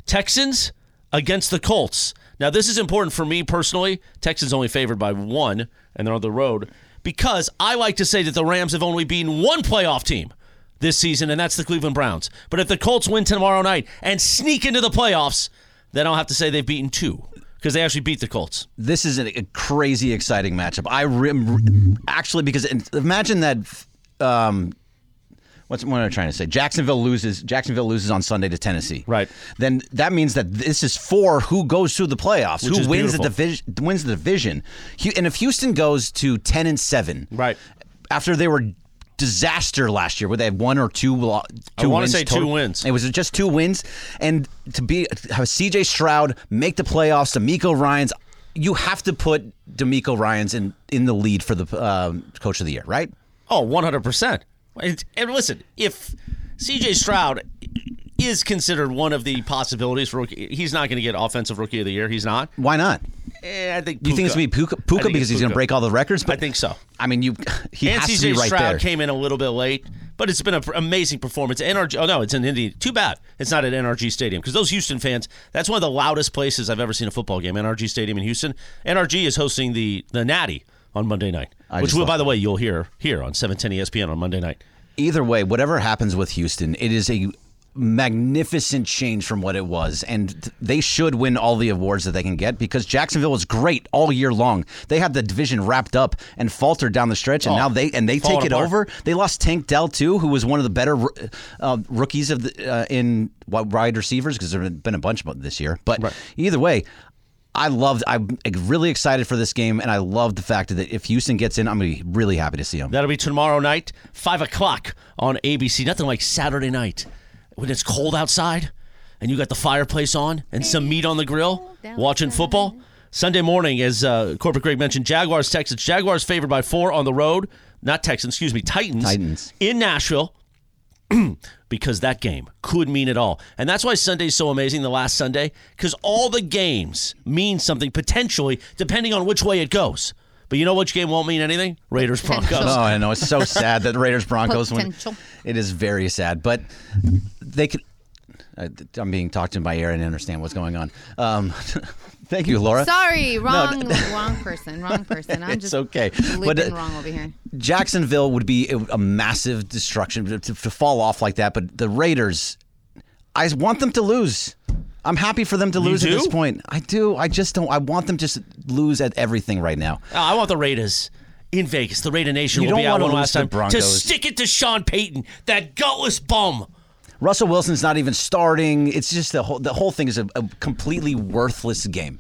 Texans against the Colts. Now, this is important for me personally. Texans only favored by one, and they're on the road because I like to say that the Rams have only beaten one playoff team this season, and that's the Cleveland Browns. But if the Colts win tomorrow night and sneak into the playoffs, then I'll have to say they've beaten two because they actually beat the Colts. This is an, a crazy exciting matchup. I re- actually because imagine that. Um, What's what am I trying to say? Jacksonville loses. Jacksonville loses on Sunday to Tennessee. Right. Then that means that this is for who goes through the playoffs, Which who is wins the beautiful. division, wins the division. Hu- And if Houston goes to ten and seven, right? After they were disaster last year, where they had one or two. lo- I two wanna wins say two total. wins. It was just two wins, and to be have C.J. Stroud make the playoffs, D'Amico Ryan's. You have to put D'Amico Ryan's in in the lead for the um, coach of the year, right? Oh, 100%. And, and listen, if CJ Stroud is considered one of the possibilities for rookie, he's not going to get offensive rookie of the year. He's not. Why not? Eh, I think You think it's gonna be Puka, Puka because he's gonna break all the records? But I think so. I mean, you he and has CJ to be right Stroud there. came in a little bit late, but it's been an amazing performance. NRG, oh no, it's in Indy. Too bad it's not at NRG Stadium because those Houston fans. That's one of the loudest places I've ever seen a football game. NRG Stadium in Houston. NRG is hosting the the Natty on Monday night, which just will, love by the way, you'll hear here on E 710 ESPN on Monday night. Either way, whatever happens with Houston, it is a magnificent change from what it was, and th- they should win all the awards that they can get because Jacksonville was great all year long. They had the division wrapped up and faltered down the stretch, and Oh, now they and they falling take it apart. over. They lost Tank Dell too, who was one of the better uh, rookies of the uh, in wide wide receivers because there've been a bunch of them this year. But either way. I loved. I'm really excited for this game, and I love the fact that if Houston gets in, I'm gonna be really happy to see them. That'll be tomorrow night, five o'clock on ABC. Nothing like Saturday night when it's cold outside and you got the fireplace on and some meat on the grill, watching football. Sunday morning, as uh, corporate Greg mentioned, Jaguars Texans. Jaguars favored by four on the road. Not Texans, excuse me, Titans. Titans in Nashville. because that game could mean it all. And that's why Sunday's so amazing, the last Sunday, because all the games mean something potentially depending on which way it goes. But you know which game won't mean anything? Raiders Broncos. No, Oh, I know it's so sad that Raiders Broncos. When, Potential. it is very sad, but they could. I, I'm being talked in my ear and I understand what's going on. Um, thank you, Laura. Sorry, No, wrong, wrong person, wrong person. I'm it's just okay. looping uh, wrong over here. Jacksonville would be a, a massive destruction to, to fall off like that, but the Raiders, I want them to lose. I'm happy for them to You lose at this do? point. I do. I just don't. I want them to just lose at everything right now. Oh, I want the Raiders in Vegas. The Raider Nation You will don't be out wanna one lose last to time to Broncos. stick it to Sean Payton, that gutless bum. Russell Wilson's not even starting. It's just the whole the whole thing is a, a completely worthless game.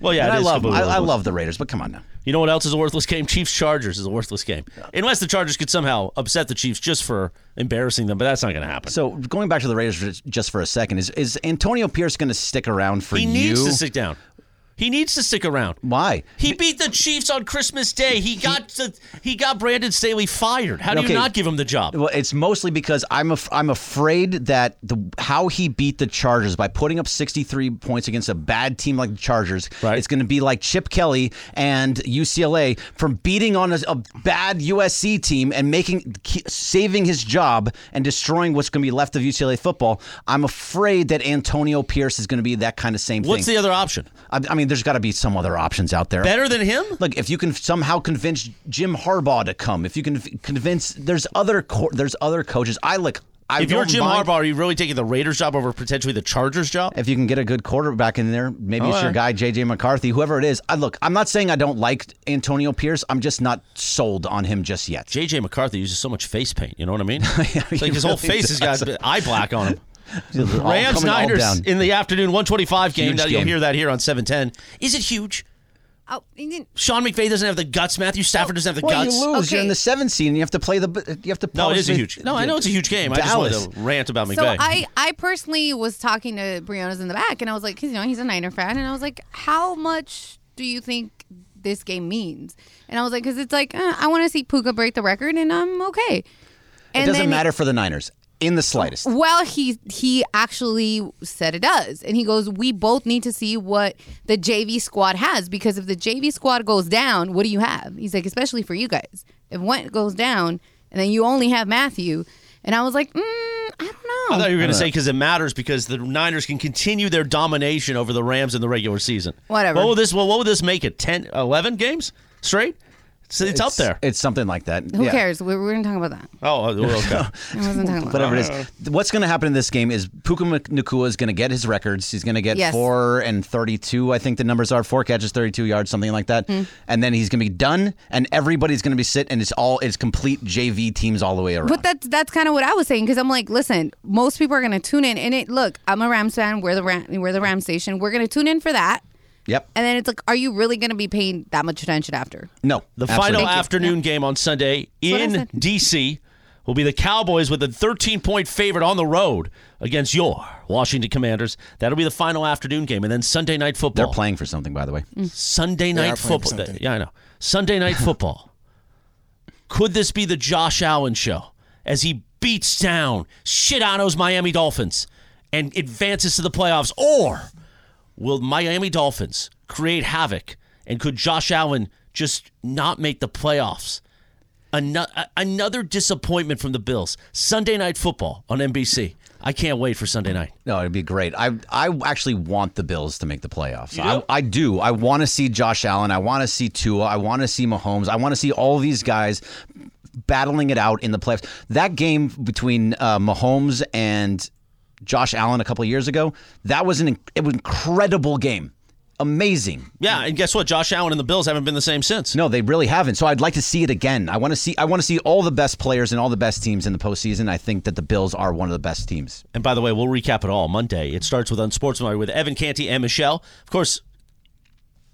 Well, yeah, And it I is love completely I, I worthless. love the Raiders, but come on now. You know what else is a worthless game? Chiefs Chargers is a worthless game. Unless the Chargers could somehow upset the Chiefs just for embarrassing them, but that's not going to happen. So going back to the Raiders for- just for a second, is is Antonio Pierce going to stick around for He you? needs to sit down. He needs to stick around. Why? He beat the Chiefs on Christmas Day. He got the, he got Brandon Staley fired. How do Okay. you not give him the job? Well, it's mostly because I'm af- I'm afraid that the how he beat the Chargers by putting up 63 points against a bad team like the Chargers, it's going to be like Chip Kelly and UCLA from beating on a, a bad USC team and making ke- saving his job and destroying what's going to be left of UCLA football. I'm afraid that Antonio Pierce is going to be that kind of same thing. What's the other option? I, I mean, there's got to be some other options out there. Better than him? Look, if you can somehow convince Jim Harbaugh to come, if you can f- convince, there's other co- there's other coaches. I look. I if you're don't Jim mind- Harbaugh, are you really taking the Raiders job over potentially the Chargers job? If you can get a good quarterback in there, maybe All it's your guy right. JJ McCarthy, whoever it is. I look. I'm not saying I don't like Antonio Pierce. I'm just not sold on him just yet. JJ McCarthy uses so much face paint. You know what I mean? It's like his whole really face has got does. eye black on him. All Rams coming all Niners down. in the afternoon, 125 game. Huge Now You'll game. hear that here on 710. Is it huge? Oh, you didn't- Sean McVay doesn't have the guts. Matthew Stafford doesn't have the Well, guts. you lose. You're in the seventh seed, and you have to play the. You have to. No, it polish is a the- huge. No, I know it's a huge game. I Dallas. just wanted to rant about McVay. So I, I personally was talking to Brianna's in the back, and I was like, 'cause, you know, he's a Niner fan, and I was like, how much do you think this game means? And I was like, because it's like eh, I want to see Puka break the record, and I'm okay. It doesn't matter for the Niners in the slightest. Well, he he actually said it does, and he goes, "We both need to see what the JV squad has because if the JV squad goes down, what do you have?" He's like, "Especially for you guys, if one goes down, and then you only have Matthew." And I was like, mm, I thought you were going I to don't say because it matters because the Niners can continue their domination over the Rams in the regular season. Whatever. What will this? What will this make it? 10, 11 games straight? It's, it's, up there. It's something like that. "Who Yeah. cares? We're, we're going to talk about that." Oh, uh, well, okay. I wasn't talking about whatever it that. is. What's going to happen in this game is Puka Nakua is going to get his records. He's going to get Yes. four and thirty-two. I think the numbers are four catches, thirty-two yards, something like that. Mm. And then he's going to be done, and everybody's going to be sit, and it's all it's complete JV teams all the way around. But that's that's kind of what I was saying because I'm like, listen, most people are gonna tune in, and it look, I'm a Rams fan. We're the Ram, we're the Rams station. We're gonna tune in for that, yep. and then it's like, are you really gonna be paying that much attention after? No. The Absolutely. final Thank you. afternoon game on Sunday what I in said. D.C. will be the Cowboys with a 13 point favorite on the road against your Washington Commanders. That'll be the final afternoon game. And then Sunday night football. They're playing for something, by the way. They Sunday are night playing for football. something. Yeah, I know. Sunday night football. Could this be the Josh Allen show as he beats down Shitano's Miami Dolphins and advances to the playoffs? Or will Miami Dolphins create havoc and could Josh Allen just not make the playoffs? Ano- a- another disappointment from the Bills. Sunday night football on NBC. I can't wait for Sunday night. No, it'd be great. I I actually want the Bills to make the playoffs. I, I do. I want to see Josh Allen. I want to see Tua. I want to see Mahomes. I want to see all these guys battling it out in the playoffs. That game between uh, Mahomes and Josh Allen a couple of years ago, that was an it was an incredible game. Amazing. Yeah, and guess what? Josh Allen and the Bills haven't been the same since. No, they really haven't. So I'd like to see it again. I want to see I want to see all the best players and all the best teams in the postseason. I think that the Bills are one of the best teams. And by the way, we'll recap it all Monday. It starts with Unsportsmanlike with Evan Canty and Michelle. Of course,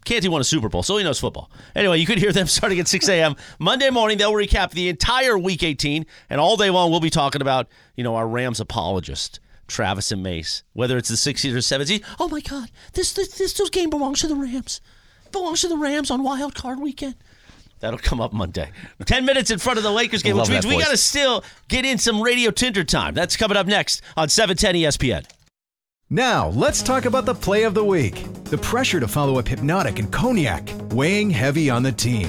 Canty won a Super Bowl, so he knows football. Anyway, you could hear them starting at 6 a.m. Monday morning. They'll recap the entire Week 18, and all day long we'll be talking about, you know, our Rams apologist, Travis and Mace, whether it's the 60s or 70s. Oh my God, this this this game belongs to the Rams. Belongs to the Rams on Wild Card Weekend. That'll come up Monday. 10 minutes in front of the Lakers game, I which love means that we voice. got to still get in some radio Tinder time. That's coming up next on E 710 ESPN. Now, let's talk about the play of the week. The pressure to follow up Hypnotic and Cognac, weighing heavy on the team.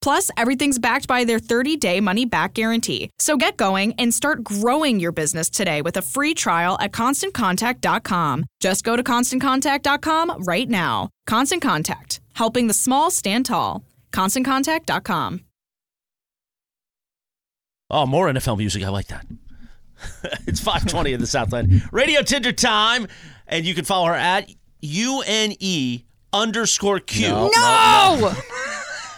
Plus, everything's backed by their 30 day money back guarantee. So get going and start growing your business today with a free trial at constantcontact.com. Just go to constantcontact.com right now. Constant Contact, helping the small stand tall. ConstantContact.com. Oh, more NFL music. I like that. it's 520 in the Southland. Radio Tinder time. And you can follow her at UNE underscore Q. No! no.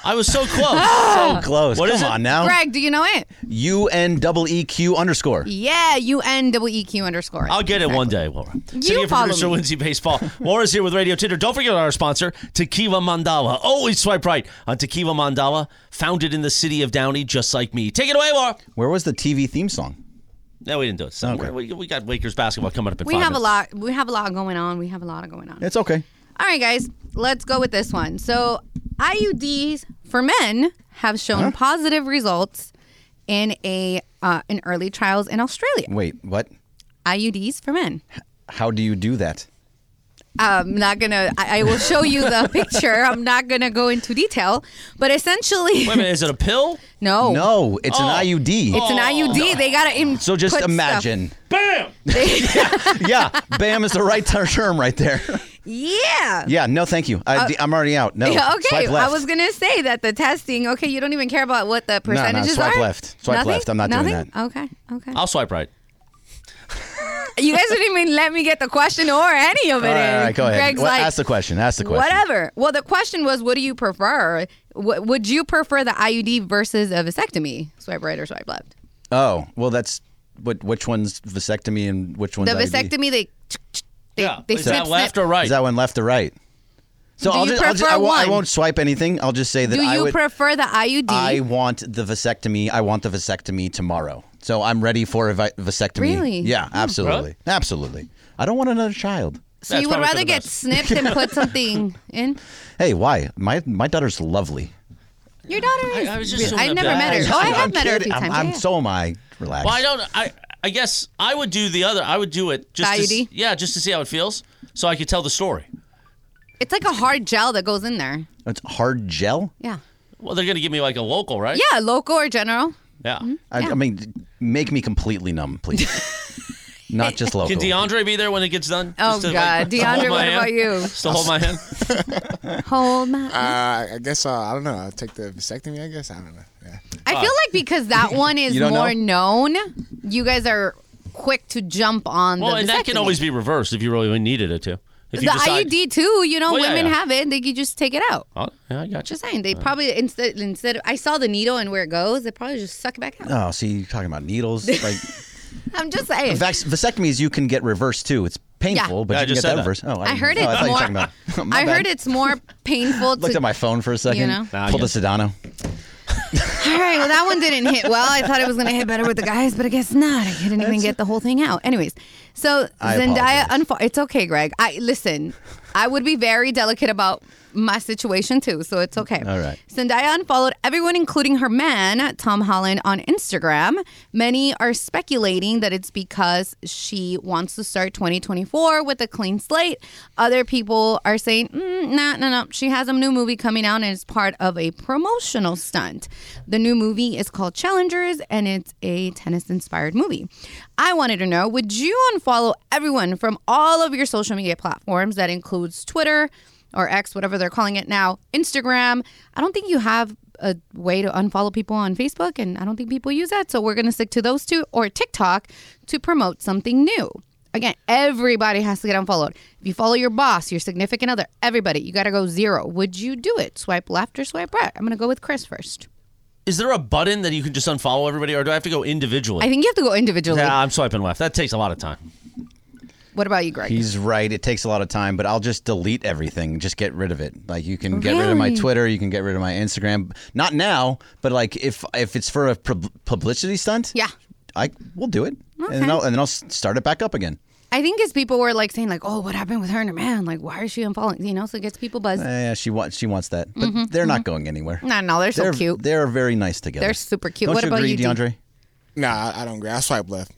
I was so So close. close. What Come is it? on now. Greg, do you know it? U N double E Q underscore. Yeah, U N W E Q underscore. I'll get it one day, Laura. Sitting in for follow producer me. Lindsay Baseball. Laura's here with Radio Tinder. Don't forget our sponsor, Tequila Mandala. Always swipe right on Tequila Mandala, founded in the city of Downey, just like me. Take it away, Laura. Where was the TV theme song? No, we didn't do it. So we, we got Lakers basketball coming up in We five have a lot. minutes. We have a lot going on. We have a lot going on. It's okay. All right, guys, let's go with this one. So, IUDs for men have shown positive results in a uh, in early trials in Australia. Wait, what? IUDs for men. How do you do that? I'm not gonna. I, I will show you the picture. I'm not gonna go into detail, but essentially, Wait a minute, is it a pill? no, No, it's Oh. an IUD. It's an IUD. They gotta. Im- So just put stuff- imagine. Bam! yeah, bam is the right ter- term right there. Yeah. Yeah, no, thank you. I, Uh, am already out. No, Yeah, okay, swipe I left. was gonna say that the testing. Okay, you don't even care about what the No, no, percentages swipe are. left. Swipe Nothing? left. I'm not doing Nothing? Okay, okay. I'll swipe right. you guys didn't even let me get the question or any of it. All right, in. all right, go ahead. Greg's Well, like, ask the question. Ask the question. Whatever. Well, the question was, what do you prefer? W- would you prefer the IUD versus a vasectomy? Swipe right or swipe left? Oh, well, that's what. Which one's vasectomy and which one's the IUD? vasectomy, they they, they Is that snip, left snip. or right? Is that one left or right? So Do I'll you just, I'll just I, prefer won't, I one? won't swipe anything. I'll just say that Do I you would. prefer the IUD? I want the vasectomy. I want the vasectomy tomorrow. So I'm ready for a vi- vasectomy. Really? Yeah, Hmm. absolutely, Really? absolutely. I don't want another child. so you would rather get snipped and put something in? Hey, why? My my daughter's lovely. Your daughter is. I, was just doing a never bad- met her. I'm Oh, I have I'm met her a kidding. few times. I'm, Yeah, I'm yeah. so am I. Relax. Well, I don't. I I guess I would do the other. I would do it just to, IUD? s- yeah, just to see how it feels, so I could tell the story. It's like a hard gel that goes in there. It's hard gel. Yeah. Well, they're gonna give me like a local, right? Yeah, local or general. Yeah. Mm-hmm. I, I mean, make me completely numb, please. Not just local. Can DeAndre be there when it gets done? Oh, Just to, God. to hold DeAndre, my what hand? about you? Still hold my hand. Hold my. Uh, I guess uh, I don't know. I'll take the vasectomy. I guess I don't know. Yeah. Ah. I feel like because that one is You don't more known, you guys are quick to jump on Well, the and that can vasectomy. always be reversed if you really needed it to. the If E you decide, IUD too. You know, Well, yeah, women yeah. have it; they could just take it out. Oh, yeah, I got you. Uh. Just saying, they probably instead instead of, I saw the needle and where it goes, they probably just suck it back out. Oh, see, you're talking about needles. Like I'm just saying. vac- vasectomies, you can get reversed too. It's painful, Yeah. but Yeah, I you can just get that said that. reversed. Oh, I heard oh, I it's thought you were more. talking about. my I bad. heard it's more painful. Looked to, at my phone for a second. know? Nah, Pulled yeah. a Sedano. All right, well, that one didn't hit well. I thought it was going to hit better with the guys, but I guess not. I didn't even get the whole thing out. Anyways, so I Zendaya, unfo- it's okay, Greg. I listen. I would be very delicate about my situation too, so it's okay. All right. Zendaya unfollowed everyone, including her man, Tom Holland, on Instagram. Many are speculating that it's because she wants to start 2024 with a clean slate. Other people are saying, mm, nah, no, no. She has a new movie coming out and it's part of a promotional stunt. The new movie is called Challengers and it's a tennis inspired movie. I wanted to know would you unfollow everyone from all of your social media platforms? That includes Twitter or X, whatever they're calling it now, Instagram. I don't think you have a way to unfollow people on Facebook, and I don't think people use that. So we're going to stick to those two or TikTok to promote something new. Again, everybody has to get unfollowed. If you follow your boss, your significant other, everybody, you got to go zero. Would you do it? Swipe left or swipe right? I'm going to go with Chris first. Is there a button that you can just unfollow everybody, or do I have to go individually? I think you have to go individually. Nah, I'm swiping left. That takes a lot of time. What about you, Greg? He's right. It takes a lot of time, but I'll just delete everything. Just get rid of it. Like you can get rid of my Really? Twitter, you can get rid of my Instagram. Not now, but like if if it's for a pub- publicity stunt, yeah, I we'll do it, and Okay. then I'll, and then I'll s- start it back up again. I think as people were like saying, like, oh, what happened with her and her man? Like, why is she unfollowing? You know, so it gets people buzzed. Yeah, Eh, she wants she wants that, but Mhm, they're mhm. not going anywhere. No, no, they're so cute. They're very nice together. They're super cute. Don't What you about agree, you, D? DeAndre? Nah, I I don't agree. I swipe left.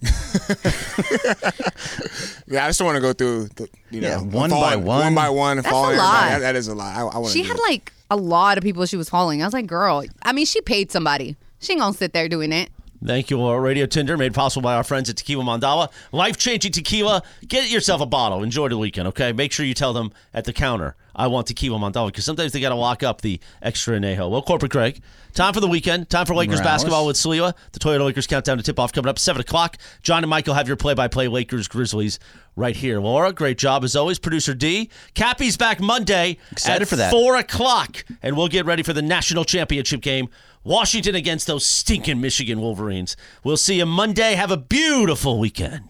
yeah, I just don't want to go through, the, you know, Yeah, one by following- one. one by one, and That's follow a everybody. lot. That- that is a lot. I, I want She had like a lot of people she was following. I was like, girl, I mean, she paid somebody. She ain't gonna sit there doing it. Thank you, Laura. Radio Tinder, made possible by our friends at Tequila Mandawa. Life changing tequila. Get yourself a bottle. Enjoy the weekend, okay? Make sure you tell them at the counter, I want Tequila Mandawa, because sometimes they got to lock up the extra anejo. Well, Corporate Craig, time for the weekend. Time for Lakers Morales. basketball with Saliwa. The Toyota Lakers countdown to tip off coming up 7 o'clock. John and Michael have your play by play Lakers Grizzlies right here. Laura, great job as always. Producer D. Cappy's back Monday Excited at for that. 4 o'clock, and we'll get ready for the national championship game. Washington against those stinking Michigan Wolverines. We'll see you Monday. Have a beautiful weekend.